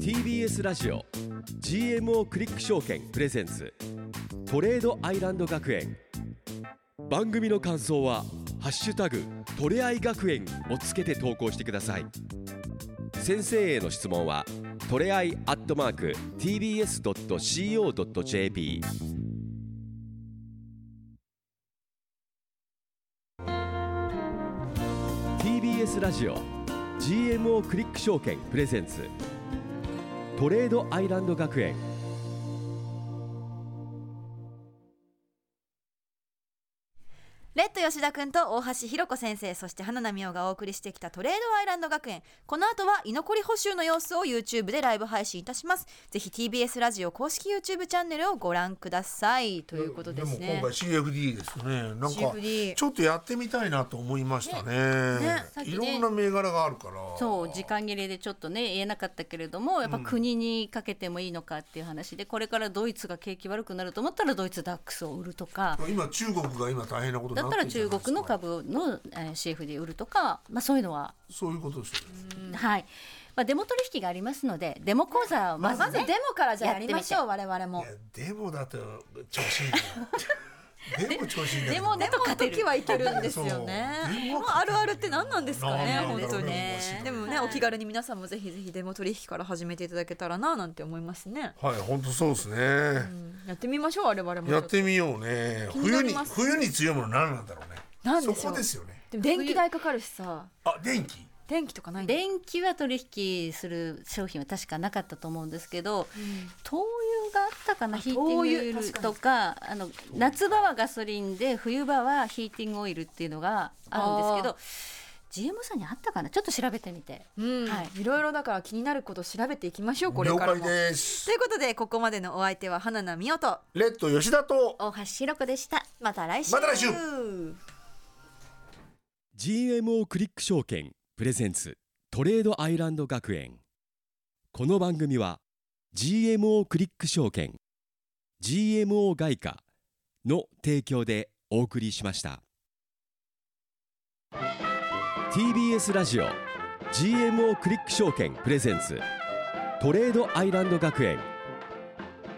Speaker 1: TBS ラジオ GMO クリック証券プレゼンツトレードアイランド学園番組の感想は「ハッシュタグトレアイ学園」をつけて投稿してください先生への質問はトレアイアットマーク TBS.CO.JP TBS ラジオ GMO クリック証券プレゼンツトレードアイランド学園
Speaker 3: レッド吉田くんと大橋ひろ子先生そして花奈美桜がお送りしてきたトレードアイランド学園この後は居残り補修の様子を YouTube でライブ配信いたしますぜひ TBS ラジオ公式 YouTube チャンネルをご覧くださいということです
Speaker 2: でも
Speaker 3: ね
Speaker 2: 今回 CFD ですねなんか
Speaker 3: CFD
Speaker 2: ちょっとやってみたいなと思いましたね
Speaker 5: さっき
Speaker 2: い
Speaker 5: ね
Speaker 2: ろんな銘柄があるから
Speaker 5: そう時間切れでちょっとね言えなかったけれどもやっぱ国にかけてもいいのかっていう話でこれからドイツが景気悪くなると思ったらドイツダックスを売るとか
Speaker 2: 今中国が今大変なことにな
Speaker 5: だ
Speaker 2: っ
Speaker 5: っ
Speaker 2: たて
Speaker 5: ら
Speaker 2: るじゃないです
Speaker 5: 中
Speaker 2: か
Speaker 5: 国の株のえー CF で売るとか、まあ、そういうのは、
Speaker 2: そういうことですよね
Speaker 5: はいまあ、デモ取引がありますのでデモ講座をま
Speaker 3: ま
Speaker 5: ず,、ね
Speaker 3: ずデモからじゃあやりましょ
Speaker 5: や
Speaker 3: う我々
Speaker 2: い
Speaker 3: も
Speaker 2: やでもだと調子いい なでも調子いいな
Speaker 5: デモで
Speaker 3: デモの時はいけるんですよ
Speaker 2: そう
Speaker 3: ね
Speaker 2: デモ
Speaker 3: もうあるあるって何なんですかね
Speaker 2: なんなん
Speaker 3: 本
Speaker 2: だろ
Speaker 3: 当
Speaker 2: う
Speaker 3: に
Speaker 2: ね
Speaker 3: でもねお気軽に皆さんもぜひぜひデモ取引から始めていただけたらななんて思いますね
Speaker 2: はい本当そうですね、
Speaker 3: やってみましょう我々も
Speaker 2: やってみようね
Speaker 3: にな
Speaker 2: 冬
Speaker 3: り
Speaker 2: に
Speaker 3: ます
Speaker 2: 冬に強いもの何なんだろうね
Speaker 3: なんでしょう
Speaker 2: そこですよね
Speaker 3: でも電気代かかるしさ
Speaker 2: あ電気
Speaker 3: 電気とかないんだ
Speaker 5: 電気は取引する商品は確かなかったと思うんですけど、灯油があったかなヒーティングオイルとかあの夏場はガソリンで冬場はヒーティングオイルっていうのがあるんですけど GM さんにあったかなちょっと調べてみて。
Speaker 3: うん、
Speaker 5: はい
Speaker 3: い、ろいろだから気になること調べていきましょうこれ
Speaker 2: 了
Speaker 3: からも
Speaker 2: 解です
Speaker 3: ということでここまでのお相手は花奈美桜と
Speaker 2: レッド吉田と
Speaker 5: 大橋ひろ子でした
Speaker 3: また来週
Speaker 2: また来週
Speaker 1: GMO クリック証券プレゼンツトレードアイランド学園この番組は GMO クリック証券 GMO 外貨の提供でお送りしました TBS ラジオ GMO クリック証券プレゼンツトレードアイランド学園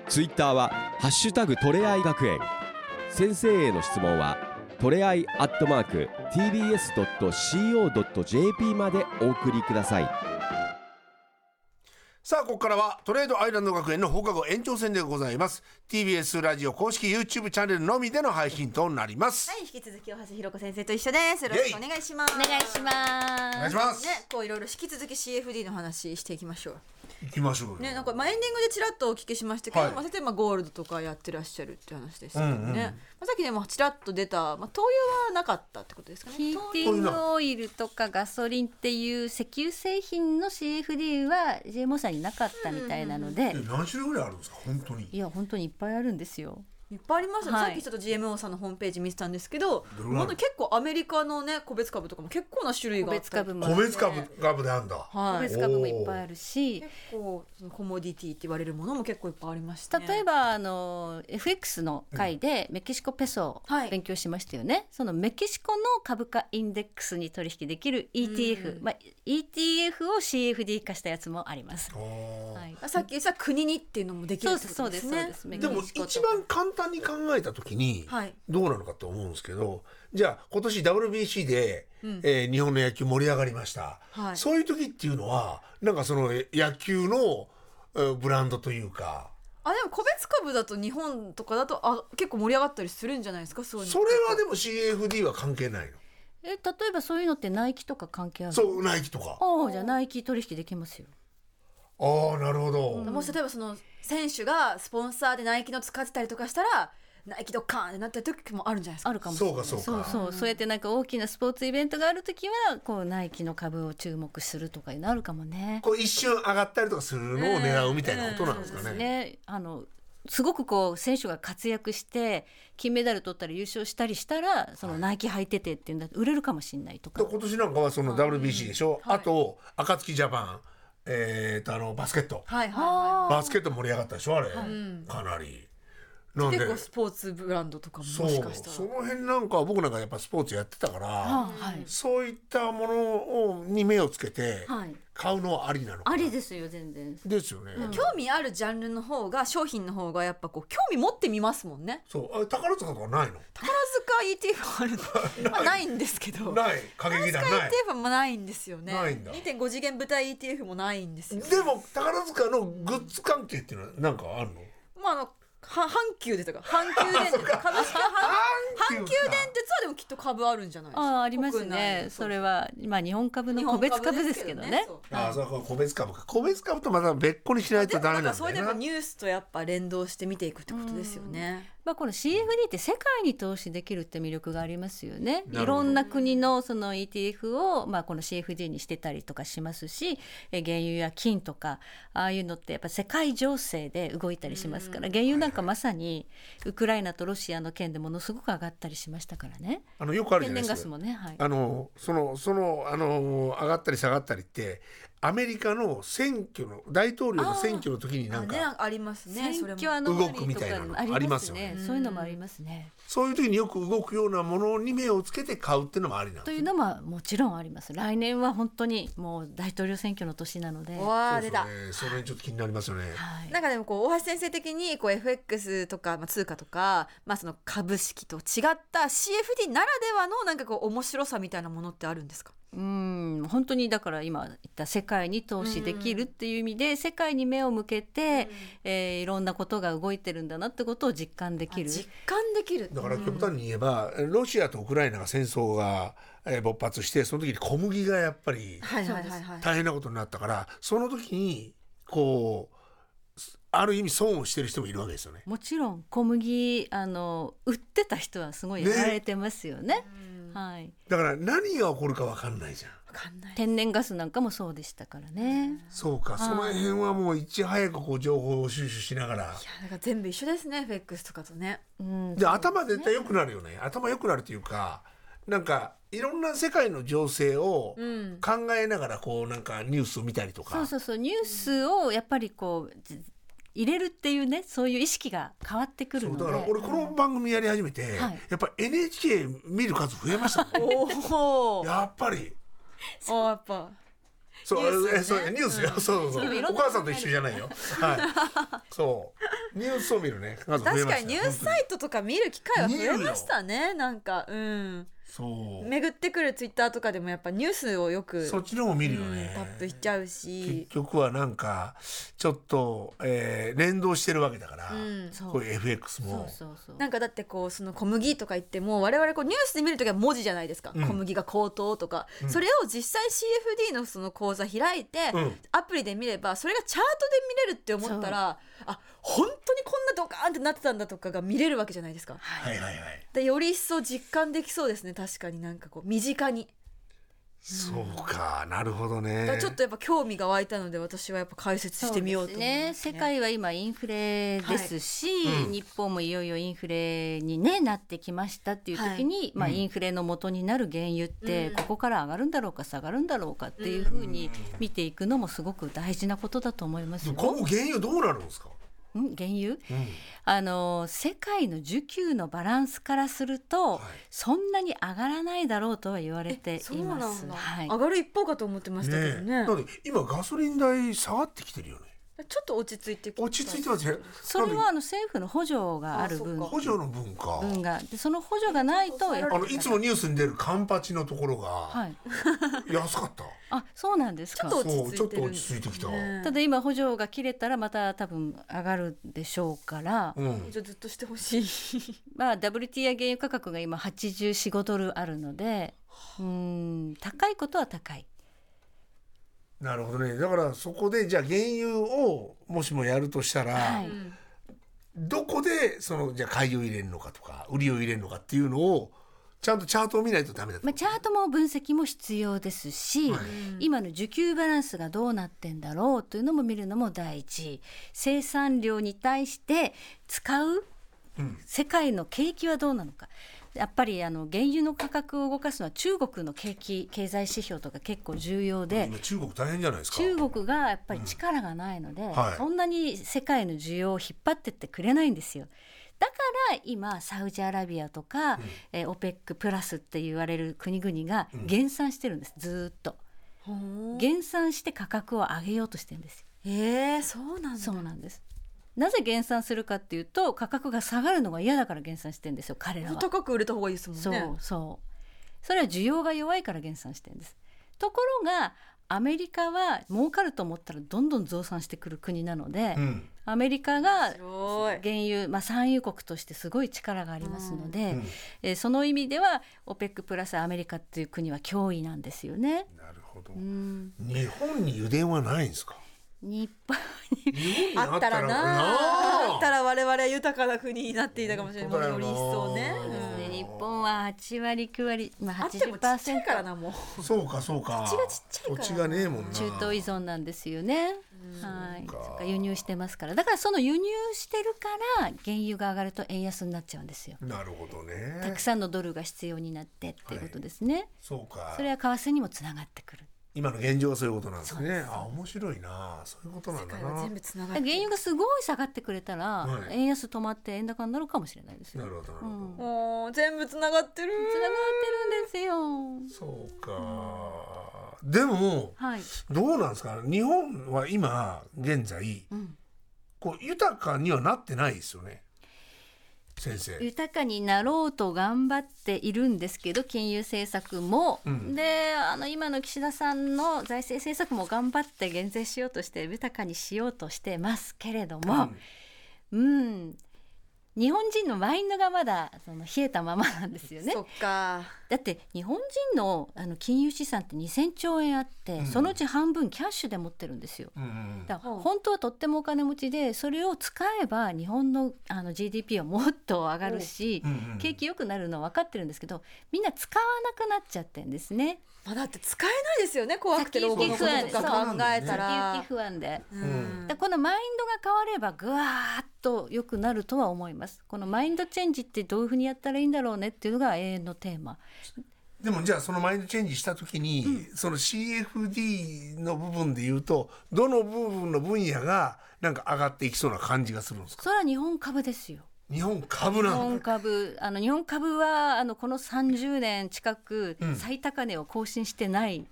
Speaker 1: ツイッターは「ハッシュタグトレアイ学園」先生への質問はトレアイアットマーク TBS.CO.jp までお送りください
Speaker 2: さあここからはトレードアイランド学園の放課後延長戦でございます TBS ラジオ公式 YouTube チャンネルのみでの配信となります、
Speaker 3: はい引き続き大橋ひろ子先生と一緒ですよろしくお願いします
Speaker 5: お願いします
Speaker 2: お願いします、
Speaker 3: ねこういろいろ引き続き CFD の話していきましょ
Speaker 2: 行きましょう
Speaker 3: う
Speaker 2: よ
Speaker 3: ねなんかまあエンディングでちらっとお聞きしましたけど、
Speaker 2: はい
Speaker 3: まあ例えばゴールドとかやってらっしゃるって話ですけどね、
Speaker 2: うんうん
Speaker 3: まあ、さっきでもちらっと出たまあ灯油はなかったってことですかね
Speaker 5: ヒーティングオイルとかガソリンっていう石油製品の CFD は GMO さんになかったみたいなので、
Speaker 2: え何種類ぐらいあるんですか本当に
Speaker 5: いや本当にいっぱいあるんですよ。
Speaker 3: いっぱいありましたね、
Speaker 5: はい
Speaker 3: さっきちょっと GMO さんのホームページ見てたんですけど
Speaker 2: どれぐらいあ
Speaker 3: ま
Speaker 2: る
Speaker 3: だ結構アメリカのね個別株とかも結構な種類
Speaker 5: 個
Speaker 3: があっ
Speaker 5: 別
Speaker 3: たり
Speaker 5: 株も
Speaker 2: 個別株株であんだ、
Speaker 5: 個
Speaker 3: はい
Speaker 5: 別株もいっぱいあるし、
Speaker 3: 結構そのコモディティって言われるものも結構いっぱいありました、ね、
Speaker 5: 例えばあの FX の回でメキシコペソ
Speaker 3: は
Speaker 5: を
Speaker 3: い
Speaker 5: 勉強しましたよね、そのメキシコの株価インデックスに取引できる ETF、
Speaker 3: うん
Speaker 5: まあ、ETF を CFD 化したやつもあります。
Speaker 2: おー
Speaker 5: はい
Speaker 3: さっきさ国にっていうのもできる
Speaker 5: そう
Speaker 3: っ
Speaker 5: で
Speaker 3: てこと
Speaker 5: すそうですそうです。メキ
Speaker 2: でも
Speaker 5: シコと
Speaker 2: 一番簡単に考えた時に
Speaker 3: はい
Speaker 2: どうなのかと思うんですけど、じゃあ今年 WBC で、えー日本の野球盛り上がりました、
Speaker 3: はい
Speaker 2: そういう時っていうのはなんかそのえ野球のえーブランドというか
Speaker 3: あでも個別株だと日本とかだとあ結構盛り上がったりするんじゃないですかそういうの
Speaker 2: それはでも CFD は関係ないの
Speaker 5: え例えばそういうのってナイキとか関係ある？
Speaker 2: そうナイキとかあ
Speaker 5: ああじゃあナイキ取引できますよ。
Speaker 2: あーなるほど、
Speaker 3: もし例えばその選手がスポンサーでナイキの使ってたりとかしたらナイキドッカーンってなった時もあるんじゃないですか
Speaker 5: あるかもしれない。
Speaker 2: そうかそう
Speaker 5: そう
Speaker 2: か
Speaker 5: そうそうやってなんか大きなスポーツイベントがあるときはこうナイキの株を注目するとかいうのあるかもね。
Speaker 2: こう一瞬上がったりとかするのを狙うみたいなことなんですかね,、
Speaker 5: ねあのすごくこう選手が活躍して金メダル取ったり優勝したりしたらそのナイキ履いててっていうんだと売れるかもしれないとか
Speaker 2: で今年なんかはその WBC でしょ、あと暁ジャパンえー、とあのバスケット
Speaker 3: はいは
Speaker 2: バスケット盛り上がったでしょあれ、かなりなん
Speaker 3: いはい
Speaker 2: で
Speaker 3: 結構スポーツブランドとかも
Speaker 2: そう
Speaker 3: もしかしたら
Speaker 2: その辺なんかは僕なんかやっぱスポーツやってたから、
Speaker 5: はい
Speaker 2: そういったものをに目をつけて
Speaker 5: はい
Speaker 2: 買うのはありなのかな
Speaker 5: ありですよ全然。
Speaker 2: ですよね、
Speaker 3: 興味あるジャンルの方が商品の方がやっぱこう興味持ってみますもん ね
Speaker 2: そうあ宝塚とかないの
Speaker 3: 宝塚 ETF はあるまあないんですけど
Speaker 2: ない過激団ない
Speaker 3: ETF もないんですよね
Speaker 2: ないんだ
Speaker 3: 2.5次元舞台 ETF もないんですよ
Speaker 2: でも宝塚のグッズ関係っていうのはなんかあるの
Speaker 3: まああのは阪急 でとか阪急電鉄株式
Speaker 2: 阪急か
Speaker 3: は阪阪急電鉄はでもきっと株あるんじゃないです
Speaker 5: あ
Speaker 3: か
Speaker 5: ああります
Speaker 3: 国内
Speaker 5: ね
Speaker 3: の
Speaker 5: それはまあ日本株の
Speaker 3: 日
Speaker 5: 個
Speaker 3: 本
Speaker 5: 別株ですけどね。
Speaker 3: そう
Speaker 2: ああそうか個別株か個別株とまた別個にしない
Speaker 3: で
Speaker 2: と
Speaker 3: も
Speaker 2: ダ
Speaker 3: な
Speaker 2: メ
Speaker 3: ん
Speaker 2: な
Speaker 3: か
Speaker 2: ん
Speaker 3: そ
Speaker 2: だ
Speaker 3: れでやっ
Speaker 2: よ
Speaker 3: ぱ
Speaker 2: な
Speaker 3: ニュースとやっぱ連動して見ていくってことですよね
Speaker 5: まあ、この CFD って世界に投資できるって魅力がありますよね。
Speaker 2: ほど
Speaker 5: いろんな国のその ETF をまあこの CFD にしてたりとかしますし、え原油や金とかああいうのってやっぱ世界情勢で動いたりしますから、原油なんかまさにウクライナとロシアの件でものすごく上がったりしましたからね。
Speaker 2: あのよくあるじゃ
Speaker 5: 天
Speaker 2: ない
Speaker 5: 然
Speaker 2: で
Speaker 5: ガ
Speaker 2: す
Speaker 5: ス
Speaker 2: か
Speaker 5: もね、はい。
Speaker 2: あのそのそのあの上がったり下がったりってアメリカの選挙の大統領の選挙の時になん
Speaker 3: ね
Speaker 2: か
Speaker 3: ありますね
Speaker 5: 選
Speaker 3: それも
Speaker 5: 挙アノマリー
Speaker 2: 動くみ
Speaker 5: と
Speaker 2: たいなの
Speaker 5: かあります
Speaker 2: ありま。
Speaker 5: ねそういうのもありますね。
Speaker 2: そういう時によく動くようなものに目をつけて買うっていうのもありなん
Speaker 5: と
Speaker 2: です
Speaker 5: いうのももちろんあります。来年は本当にもう大統領選挙の年なので。は
Speaker 3: わあ
Speaker 2: そう
Speaker 3: 出
Speaker 2: で
Speaker 3: た
Speaker 2: すねそれにちょっと気になりますよね。
Speaker 5: い。
Speaker 3: なんかでもこう大橋先生的にこう FX とかまあ通貨とかまあその株式と違った CFD ならではのなんかこう面白さみたいなものってあるんですか
Speaker 5: うん本当にだから今言った世界に投資できるっていう意味で、世界に目を向けて、えーいろんなことが動いてるんだなってことを実感できる。
Speaker 3: 実感できる
Speaker 2: だから極端に言えば、ロシアとウクライナが戦争が、えー勃発してその時に小麦がやっぱり
Speaker 3: はいはいはいはい
Speaker 2: 大変なことになったからその時にこうすある意味損をしてる人もいるわけですよね。
Speaker 5: もちろん小麦あの売ってた人はすごい
Speaker 2: ね
Speaker 5: やられてますよね。はい。
Speaker 2: だから何が起こるかわかんないじゃん。
Speaker 3: わかんない
Speaker 5: 天然ガスなんかもそうでしたからね。
Speaker 2: そうか、その辺はもういち早くこう情報を収集しながら
Speaker 3: い。やなんか全部一緒ですね FX とかとね
Speaker 5: うん。
Speaker 2: で頭絶対良くなるよね。頭良くなるというか、なんかいろんな世界の情勢を
Speaker 3: うん
Speaker 2: 考えながらこうなんかニュースを見たりとか。
Speaker 5: そうそうそうニュースをやっぱりこうじ入れるっていうねそういう意識が変わってくる
Speaker 2: そ
Speaker 5: の
Speaker 2: う
Speaker 5: で。
Speaker 2: だから俺この番組やり始めて、
Speaker 5: はい
Speaker 2: やっぱ NHK 見る数増えましたもんね。
Speaker 3: おお
Speaker 2: やっぱり。
Speaker 3: あやっぱ
Speaker 2: そう、
Speaker 3: ニュースね
Speaker 2: えそうニュースよ、そうそう
Speaker 5: でもい
Speaker 2: そう
Speaker 5: ろ
Speaker 2: お
Speaker 5: んな
Speaker 2: 母さんと一緒じゃないよ。はい。そう。ニュースを見るね。数増えました
Speaker 3: 確かにニュースサイトとか見る機会は増えましたねなんかうん
Speaker 2: そう。
Speaker 3: 巡ってくるツイッターとかでもやっぱニュースをよく
Speaker 2: そっちの方見るよ
Speaker 3: うん
Speaker 2: ね。
Speaker 3: タップしちゃう
Speaker 2: 結
Speaker 3: し
Speaker 2: 局はなんかちょっと、えー連動してるわけだから、
Speaker 3: うん
Speaker 5: そう
Speaker 2: こういう FX
Speaker 5: そう
Speaker 2: も
Speaker 5: そうそう。
Speaker 3: なんかだってこうその小麦とか言っても我々こうニュースで見るときは文字じゃないですか、
Speaker 2: うん
Speaker 3: 小麦が高騰とか、それを実際 CFD のその講座開いて、
Speaker 2: うん
Speaker 3: アプリで見ればそれがチャートで見れるって思ったらあ本当にこんなドカーンってなってたんだとかが見れるわけじゃないですか。
Speaker 2: はいはいはい、
Speaker 3: でより一層実感できそうですね確かになんかこう身近に。
Speaker 2: そうかなるほどね
Speaker 3: だからちょっとやっぱ興味が湧いたので私はやっぱ解説してみようと思います
Speaker 5: そうですね世界は今インフレですし、
Speaker 2: はいうん
Speaker 5: 日本もいよいよインフレに、ね、なってきましたっていう時に、まあ、インフレの元になる原油って、
Speaker 3: うん
Speaker 5: ここから上がるんだろうか下がるんだろうかっていうふうに見ていくのもすごく大事なことだと思いますよ。
Speaker 2: 今後原油どうなるんですか、
Speaker 5: ん原油
Speaker 2: うん
Speaker 5: あの世界の需給のバランスからすると、
Speaker 2: い
Speaker 5: そんなに上がらないだろうとは言われて
Speaker 3: そう
Speaker 5: い
Speaker 3: な
Speaker 5: ます
Speaker 3: ん。だ、
Speaker 5: はい
Speaker 3: 上がる一方かと思ってましたけど
Speaker 2: ね
Speaker 3: ね
Speaker 2: えだって今ガソリン代下がってきてるよね
Speaker 3: ちょっと落ち着いてきた
Speaker 2: 落ち着いてますね
Speaker 5: それ
Speaker 2: な
Speaker 5: は
Speaker 2: ん
Speaker 5: あの政府の補助がある分
Speaker 2: で補助の分か、
Speaker 5: 分がでその補助がないとやっぱ
Speaker 2: あのいつもニュースに出るカンパチのところが
Speaker 5: はい、
Speaker 2: 安かった、
Speaker 5: あそうなんですか
Speaker 3: ちょっと
Speaker 2: そう
Speaker 3: 落ち
Speaker 2: ちょっ
Speaker 3: 着いて
Speaker 2: と
Speaker 3: る
Speaker 2: 落ち着いてきた、
Speaker 3: ね
Speaker 5: ただ今補助が切れたらまた多分上がるでしょうから、
Speaker 2: うん
Speaker 3: じゃあずっとしてほしい。
Speaker 5: まあ WTI 原油価格が今845ドルあるのでうん高いことは高い
Speaker 2: なるほどねだからそこでじゃあ原油をもしもやるとしたら、
Speaker 5: はい
Speaker 2: どこでそのじゃあ買いを入れるのかとか売りを入れるのかっていうのをちゃんとチャートを見ないとダメだと、
Speaker 5: まあ、チャートも分析も必要ですし、
Speaker 2: はい
Speaker 5: 今の需給バランスがどうなってんだろうというのも見るのも大事生産量に対して使う世界の景気はどうなのかやっぱりあの原油の価格を動かすのは中国の景気経済指標とか結構重要で、
Speaker 2: 今中国大変じゃないですか
Speaker 5: 中国がやっぱり力がないので、
Speaker 2: はい
Speaker 5: そんなに世界の需要を引っ張ってってくれないんですよ。だから今サウジアラビアとか、えーオペックプラスって言われる国々が減産してるんです、ずーっと減産して価格を上げようとしてるんですよ
Speaker 3: ええそうなんだ。
Speaker 5: そうなんですなぜ減産するかっていうと価格が下がるのが嫌だから減産してるんですよ彼らは
Speaker 3: 高く売れた方がいいですもんね。
Speaker 5: そうそうそれは需要が弱いから減産してるんですところがアメリカは儲かると思ったらどんどん増産してくる国なので、
Speaker 2: うん
Speaker 5: アメリカが
Speaker 3: すごい。
Speaker 5: 原油、まあ、産油国としてすごい力がありますので、
Speaker 2: うん
Speaker 5: えーその意味では OPEC プラスアメリカっていう国は脅威なんですよね。
Speaker 2: なるほど
Speaker 5: うん
Speaker 2: 日本に油田はないんですか
Speaker 5: 日本
Speaker 2: 日本に
Speaker 3: あったらなあ
Speaker 2: あ
Speaker 3: あったら我々豊かな国になっていたかもしれない。
Speaker 2: 本当だよ
Speaker 3: より一層ね。
Speaker 2: そうですね
Speaker 3: うん
Speaker 5: 日本は8割9割、まあ、
Speaker 3: あってもちっちゃい
Speaker 5: 80%
Speaker 3: からなもう。
Speaker 2: そうかそうか
Speaker 3: 土地がちっちゃいから
Speaker 2: 土地がねえもんな
Speaker 5: 中東依存なんですよね。はい、
Speaker 2: そうか
Speaker 5: そっか輸入してますから、だからその輸入してるから原油が上がると円安になっちゃうんですよ。
Speaker 2: なるほど
Speaker 5: た
Speaker 2: ね
Speaker 5: くさんのドルが必要になってっていうことですね。
Speaker 2: そうか
Speaker 5: それは為替にもつながってくる。
Speaker 2: 今の現状はそういうことなんですねあ面白いなそういうことなんだ
Speaker 3: 世界は
Speaker 2: な
Speaker 3: 全部つながっ
Speaker 5: 原
Speaker 3: てる。
Speaker 5: 油がすごい下がってくれたら、
Speaker 2: はい
Speaker 5: 円安止まって円高になるかもしれないですよ。
Speaker 2: なるほどなるほど、
Speaker 5: うん
Speaker 3: もう全部つながってる。
Speaker 5: つながってるんです
Speaker 2: そ
Speaker 5: よ。
Speaker 2: うかでも
Speaker 5: はい。
Speaker 2: どうなんですか日本は今現在、
Speaker 5: ん
Speaker 2: こう豊かにはなってないですよね先生
Speaker 5: 豊かになろうと頑張っているんですけど金融政策も、
Speaker 2: うん
Speaker 5: であの今の岸田さんの財政政策も頑張って減税しようとして豊かにしようとしてますけれども、うん、日本人のマインドがまだその冷えたままなんですよね
Speaker 3: そ。っか。
Speaker 5: だって日本人のあの金融資産って2,000兆円あって、
Speaker 2: うん
Speaker 5: そのうち半分キャッシュで持ってるんですよ。
Speaker 2: うん
Speaker 5: だから
Speaker 3: うん
Speaker 5: 本当はとってもお金持ちでそれを使えば日本のあの GDP はもっと上がるし、
Speaker 2: うんうん
Speaker 5: 景気良くなるのは分かってるんですけどみんな使わなくなっちゃってんですね
Speaker 3: まあだって使えないですよね。怖くて
Speaker 5: 先
Speaker 3: 老
Speaker 5: 行
Speaker 3: 後の
Speaker 5: き
Speaker 3: こと
Speaker 5: 不安
Speaker 3: とか考えた
Speaker 5: 有
Speaker 3: ら
Speaker 5: 機。不安で。
Speaker 3: う
Speaker 2: 安
Speaker 3: ん
Speaker 5: だからこのマインドが変わればぐわーっと良くなるとは思いますこのマインドチェンジってどういうふうにやったらいいんだろうねっていうのが永遠のテーマ
Speaker 2: でもじゃあそのマインドチェンジした時に、その CFD の部分で言うとどの部分の分野がなんか上がっていきそうな感じがするんですか
Speaker 5: それは日本株ですよ
Speaker 2: 日本株
Speaker 5: 日
Speaker 2: なん
Speaker 5: 本
Speaker 2: だ
Speaker 5: 株あの日本株はあのこの30年近く
Speaker 2: うん
Speaker 5: 最高値を更新してない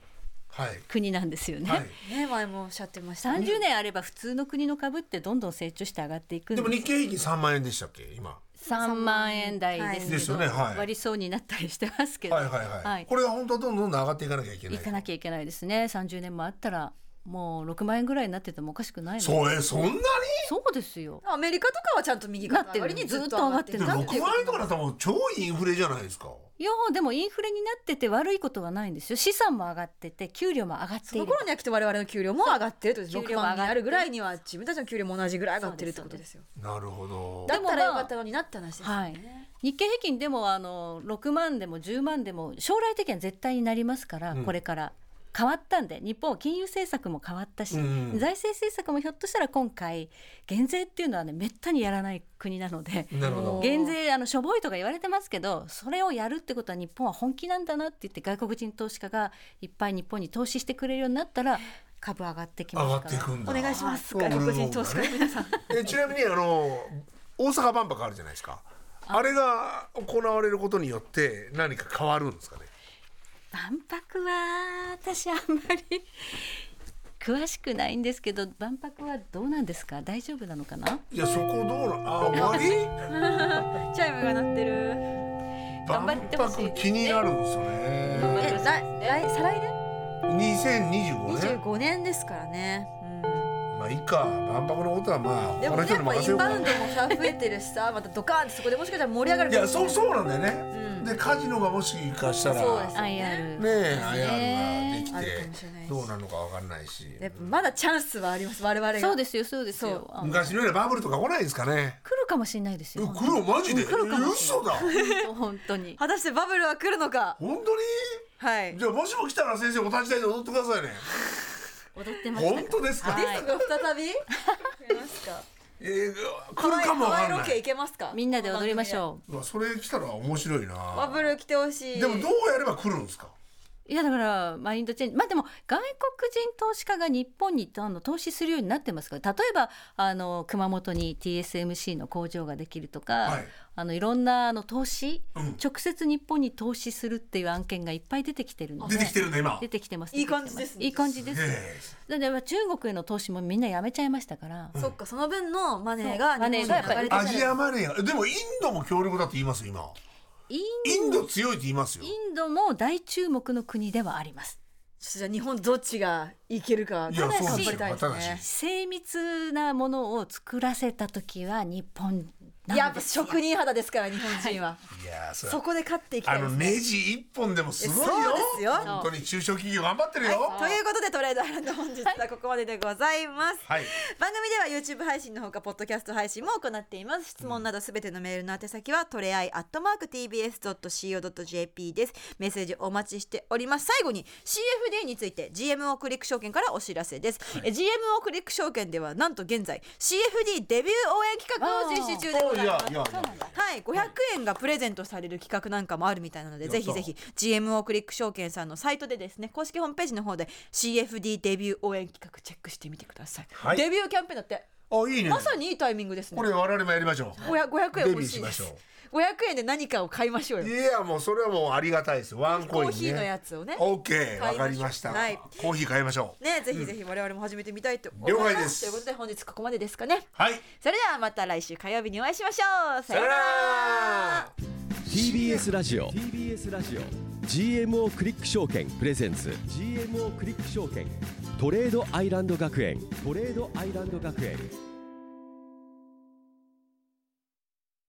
Speaker 2: はい
Speaker 5: 国なんですよね、
Speaker 2: はい
Speaker 3: ね前もおっしゃってましたね。
Speaker 5: 30年あれば普通の国の株ってどんどん成長して上がっていくん
Speaker 2: で
Speaker 5: で
Speaker 2: も日経平均3万円でしたっけ今
Speaker 5: 3万円台
Speaker 3: はい
Speaker 5: ですけど、
Speaker 2: ですよねはい
Speaker 5: 割りそうになったりしてますけど、
Speaker 2: はいはいはい、
Speaker 5: はい
Speaker 2: これが本当はどんどんどん上がっていかなきゃいけない
Speaker 5: 行かなきゃいけないですね30年もあったらもう6万円ぐらいになっててもおかしくないの
Speaker 2: そうえそんなに
Speaker 5: そうですよ
Speaker 3: アメリカとかはちゃんと右肩上がりにずっと上がって
Speaker 2: で
Speaker 3: る
Speaker 5: な
Speaker 2: 6
Speaker 5: っ
Speaker 2: 万
Speaker 5: て
Speaker 2: 円とかだったらもう超インフレじゃないですか
Speaker 5: いやでもインフレになってて悪いことはないんですよ資産も上がってて給料も上がって
Speaker 3: そ
Speaker 5: い
Speaker 3: の
Speaker 5: る
Speaker 3: 頃にはきっと我々の給料も上がってるとです
Speaker 5: そう
Speaker 3: 6万にあるぐらいには自分たちの給料も同じぐらい上がってるってことですよ
Speaker 2: なるほど
Speaker 5: で
Speaker 3: だ
Speaker 5: す
Speaker 3: ったらよかったのになった話ですよね、
Speaker 5: はい日経平均でもあの6万でも10万でも将来的には絶対になりますから、
Speaker 2: うん
Speaker 5: これから変わったんで日本は金融政策も変わったし、
Speaker 2: うん
Speaker 5: 財政政策もひょっとしたら今回減税っていうのはねめったにやらない国なので。
Speaker 2: なるほど
Speaker 5: 減税あのしょぼいとか言われてますけどそれをやるってことは日本は本気なんだなって言って外国人投資家がいっぱい日本に投資してくれるようになったら株上がってき
Speaker 2: 上が
Speaker 5: ます
Speaker 2: って
Speaker 5: か
Speaker 2: い
Speaker 5: ら
Speaker 2: くんだ
Speaker 3: お願いします
Speaker 2: はい
Speaker 3: 外国人投資家の皆さん
Speaker 2: えちなみにあの大阪万博あるじゃないですかあれが行われることによって何か変わるんですかね
Speaker 5: 万博は私あんまり 詳しくないんですけど万博はどうなんですか大丈夫なのかない
Speaker 2: やそこどうなんあ終わり
Speaker 3: チャイムが鳴ってる
Speaker 5: 頑張ってほしい
Speaker 2: 万博気になるんですよね
Speaker 3: え来来再来
Speaker 2: 2025
Speaker 3: 年
Speaker 2: 年
Speaker 3: 25年ですからね、
Speaker 2: まあいいか万博のことはまあ
Speaker 3: うん、で
Speaker 2: 他の
Speaker 3: も
Speaker 2: 人に
Speaker 3: ねやっ
Speaker 2: 任
Speaker 3: ぱイ
Speaker 2: せよ
Speaker 3: ン
Speaker 2: うか
Speaker 3: バ
Speaker 2: な
Speaker 3: ウンドもさ増えて るしさまたドカーンってそこでもしかしたら盛り上がる
Speaker 2: い
Speaker 3: かも
Speaker 2: やそうそうなんだよね、
Speaker 3: うん
Speaker 2: でカジノがもしかしたら
Speaker 3: そうです
Speaker 2: ね
Speaker 5: IR
Speaker 2: え IR が
Speaker 3: あ
Speaker 2: でき
Speaker 3: るかもしてれないし
Speaker 2: どうなるのかわかんないし
Speaker 3: やっぱまだチャンスはあります我々が
Speaker 5: そうですよそうですよあの来
Speaker 2: 昔のようなバブルとか来ないんですかね
Speaker 5: るかもしれないです
Speaker 2: え
Speaker 5: よ
Speaker 2: 来るマジで
Speaker 5: 来るかもしれ
Speaker 2: 嘘だ
Speaker 5: ない本当に
Speaker 3: 果たしてバブルは来るのか
Speaker 2: 本
Speaker 3: はい
Speaker 2: 当にじゃあもしも来たら先生お立ち台で踊ってくださいね
Speaker 5: 踊ってました
Speaker 2: 本当ですか、
Speaker 5: はい
Speaker 3: リスクが再び増えますか
Speaker 2: えー来るかもわかん
Speaker 3: ハワイ
Speaker 2: な
Speaker 3: ロケ
Speaker 2: い
Speaker 3: 行けますか
Speaker 5: みんなで踊りまし
Speaker 3: う
Speaker 5: ょ
Speaker 2: うわそれ来たら面白い
Speaker 3: バ
Speaker 2: な
Speaker 3: ブル来てほしい
Speaker 2: でもどうやれば来るんですか
Speaker 5: ういやだからマインドチェンジまあでも外国人投資家が日本にあの投資するようになってますから例えばあの熊本に TSMC の工場ができるとか、
Speaker 2: はい
Speaker 5: い、あのいろんなあの投資、
Speaker 2: うん
Speaker 5: 直接日本に投資するっていう案件がいっぱい出てきてるので
Speaker 2: 出てきてるんだ今
Speaker 5: 出てきてます
Speaker 3: いい感じですね
Speaker 5: いい感じです
Speaker 2: え
Speaker 5: だから中国への投資もみんなやめちゃいましたから、
Speaker 3: そっかその分のマネーが
Speaker 5: そうマネーがやっぱり
Speaker 2: えアジアマネーがでもインドも強力だって言いますよ今
Speaker 5: イン
Speaker 2: インド強いって言いますよ
Speaker 5: インドも大注目の国ではあります
Speaker 3: じゃあ日本どっちがいけるか
Speaker 2: いやそうなんですよ
Speaker 3: 頑張りたいですね
Speaker 2: ただし
Speaker 5: 精密なものを作らせた時は日本
Speaker 3: やっぱ職人肌ですから日本人は、
Speaker 2: いやーそれ
Speaker 3: そこで勝っていきた
Speaker 2: あ
Speaker 3: いで
Speaker 2: の
Speaker 3: すね
Speaker 2: ネジ一本でもすごいよ
Speaker 3: そうですよ
Speaker 2: 本当に中小企業頑張ってるよ
Speaker 3: ということでトレードアイランド本日はここまででございます、
Speaker 2: はい
Speaker 3: 番組では YouTube 配信のほかポッドキャスト配信も行っています質問などすべてのメールの宛先はトレアイアットマーク TBS.CO.JP ですメッセージお待ちしております最後に CFD について GMO クリック証券からお知らせです、え GMO クリック証券ではなんと現在 CFD デビュー応援企画を実施中でご
Speaker 2: おい
Speaker 3: ざ
Speaker 2: や
Speaker 3: い
Speaker 2: い
Speaker 3: ま
Speaker 2: や
Speaker 3: す
Speaker 2: いや
Speaker 3: はい、500円がプレゼントされる企画なんかもあるみたいなので、ぜひぜひ GMO クリック証券さんのサイトでですね、公式ホームページの方で CFD デビュー応援企画チェックしてみてください。
Speaker 2: はい
Speaker 3: デビューキャンペーンだって、
Speaker 2: あいいね
Speaker 3: まさにいいタイミングですね
Speaker 2: こ。れ我々もやりましょう
Speaker 3: 500 500円
Speaker 2: デビュー
Speaker 3: 欲しいで
Speaker 2: し
Speaker 3: す
Speaker 2: ましょ。
Speaker 3: 500円で何かを買いましょう
Speaker 2: い
Speaker 3: よ。
Speaker 2: やもうそれはもうありがたいですワンコインね
Speaker 3: コーヒーのやつをね
Speaker 2: オッケーわ
Speaker 3: 買いましょう
Speaker 2: かりました
Speaker 3: はい
Speaker 2: コーヒー買いましょう
Speaker 3: ね、ぜひぜひ我々も始めてみたいと思い
Speaker 2: 了
Speaker 3: ま。
Speaker 2: 解ですす
Speaker 3: ということで本日ここまでですかね。
Speaker 2: はい
Speaker 3: それではまた来週火曜日にお会いしましょう。さ
Speaker 2: さ
Speaker 3: よ
Speaker 2: よ
Speaker 3: う
Speaker 2: な
Speaker 3: なら
Speaker 2: ら。
Speaker 1: TBS ラジオ TBS ラジオ GMO クリック証券プレゼンツ GMO クリック証券トレードアイランド学園トレードアイランド学園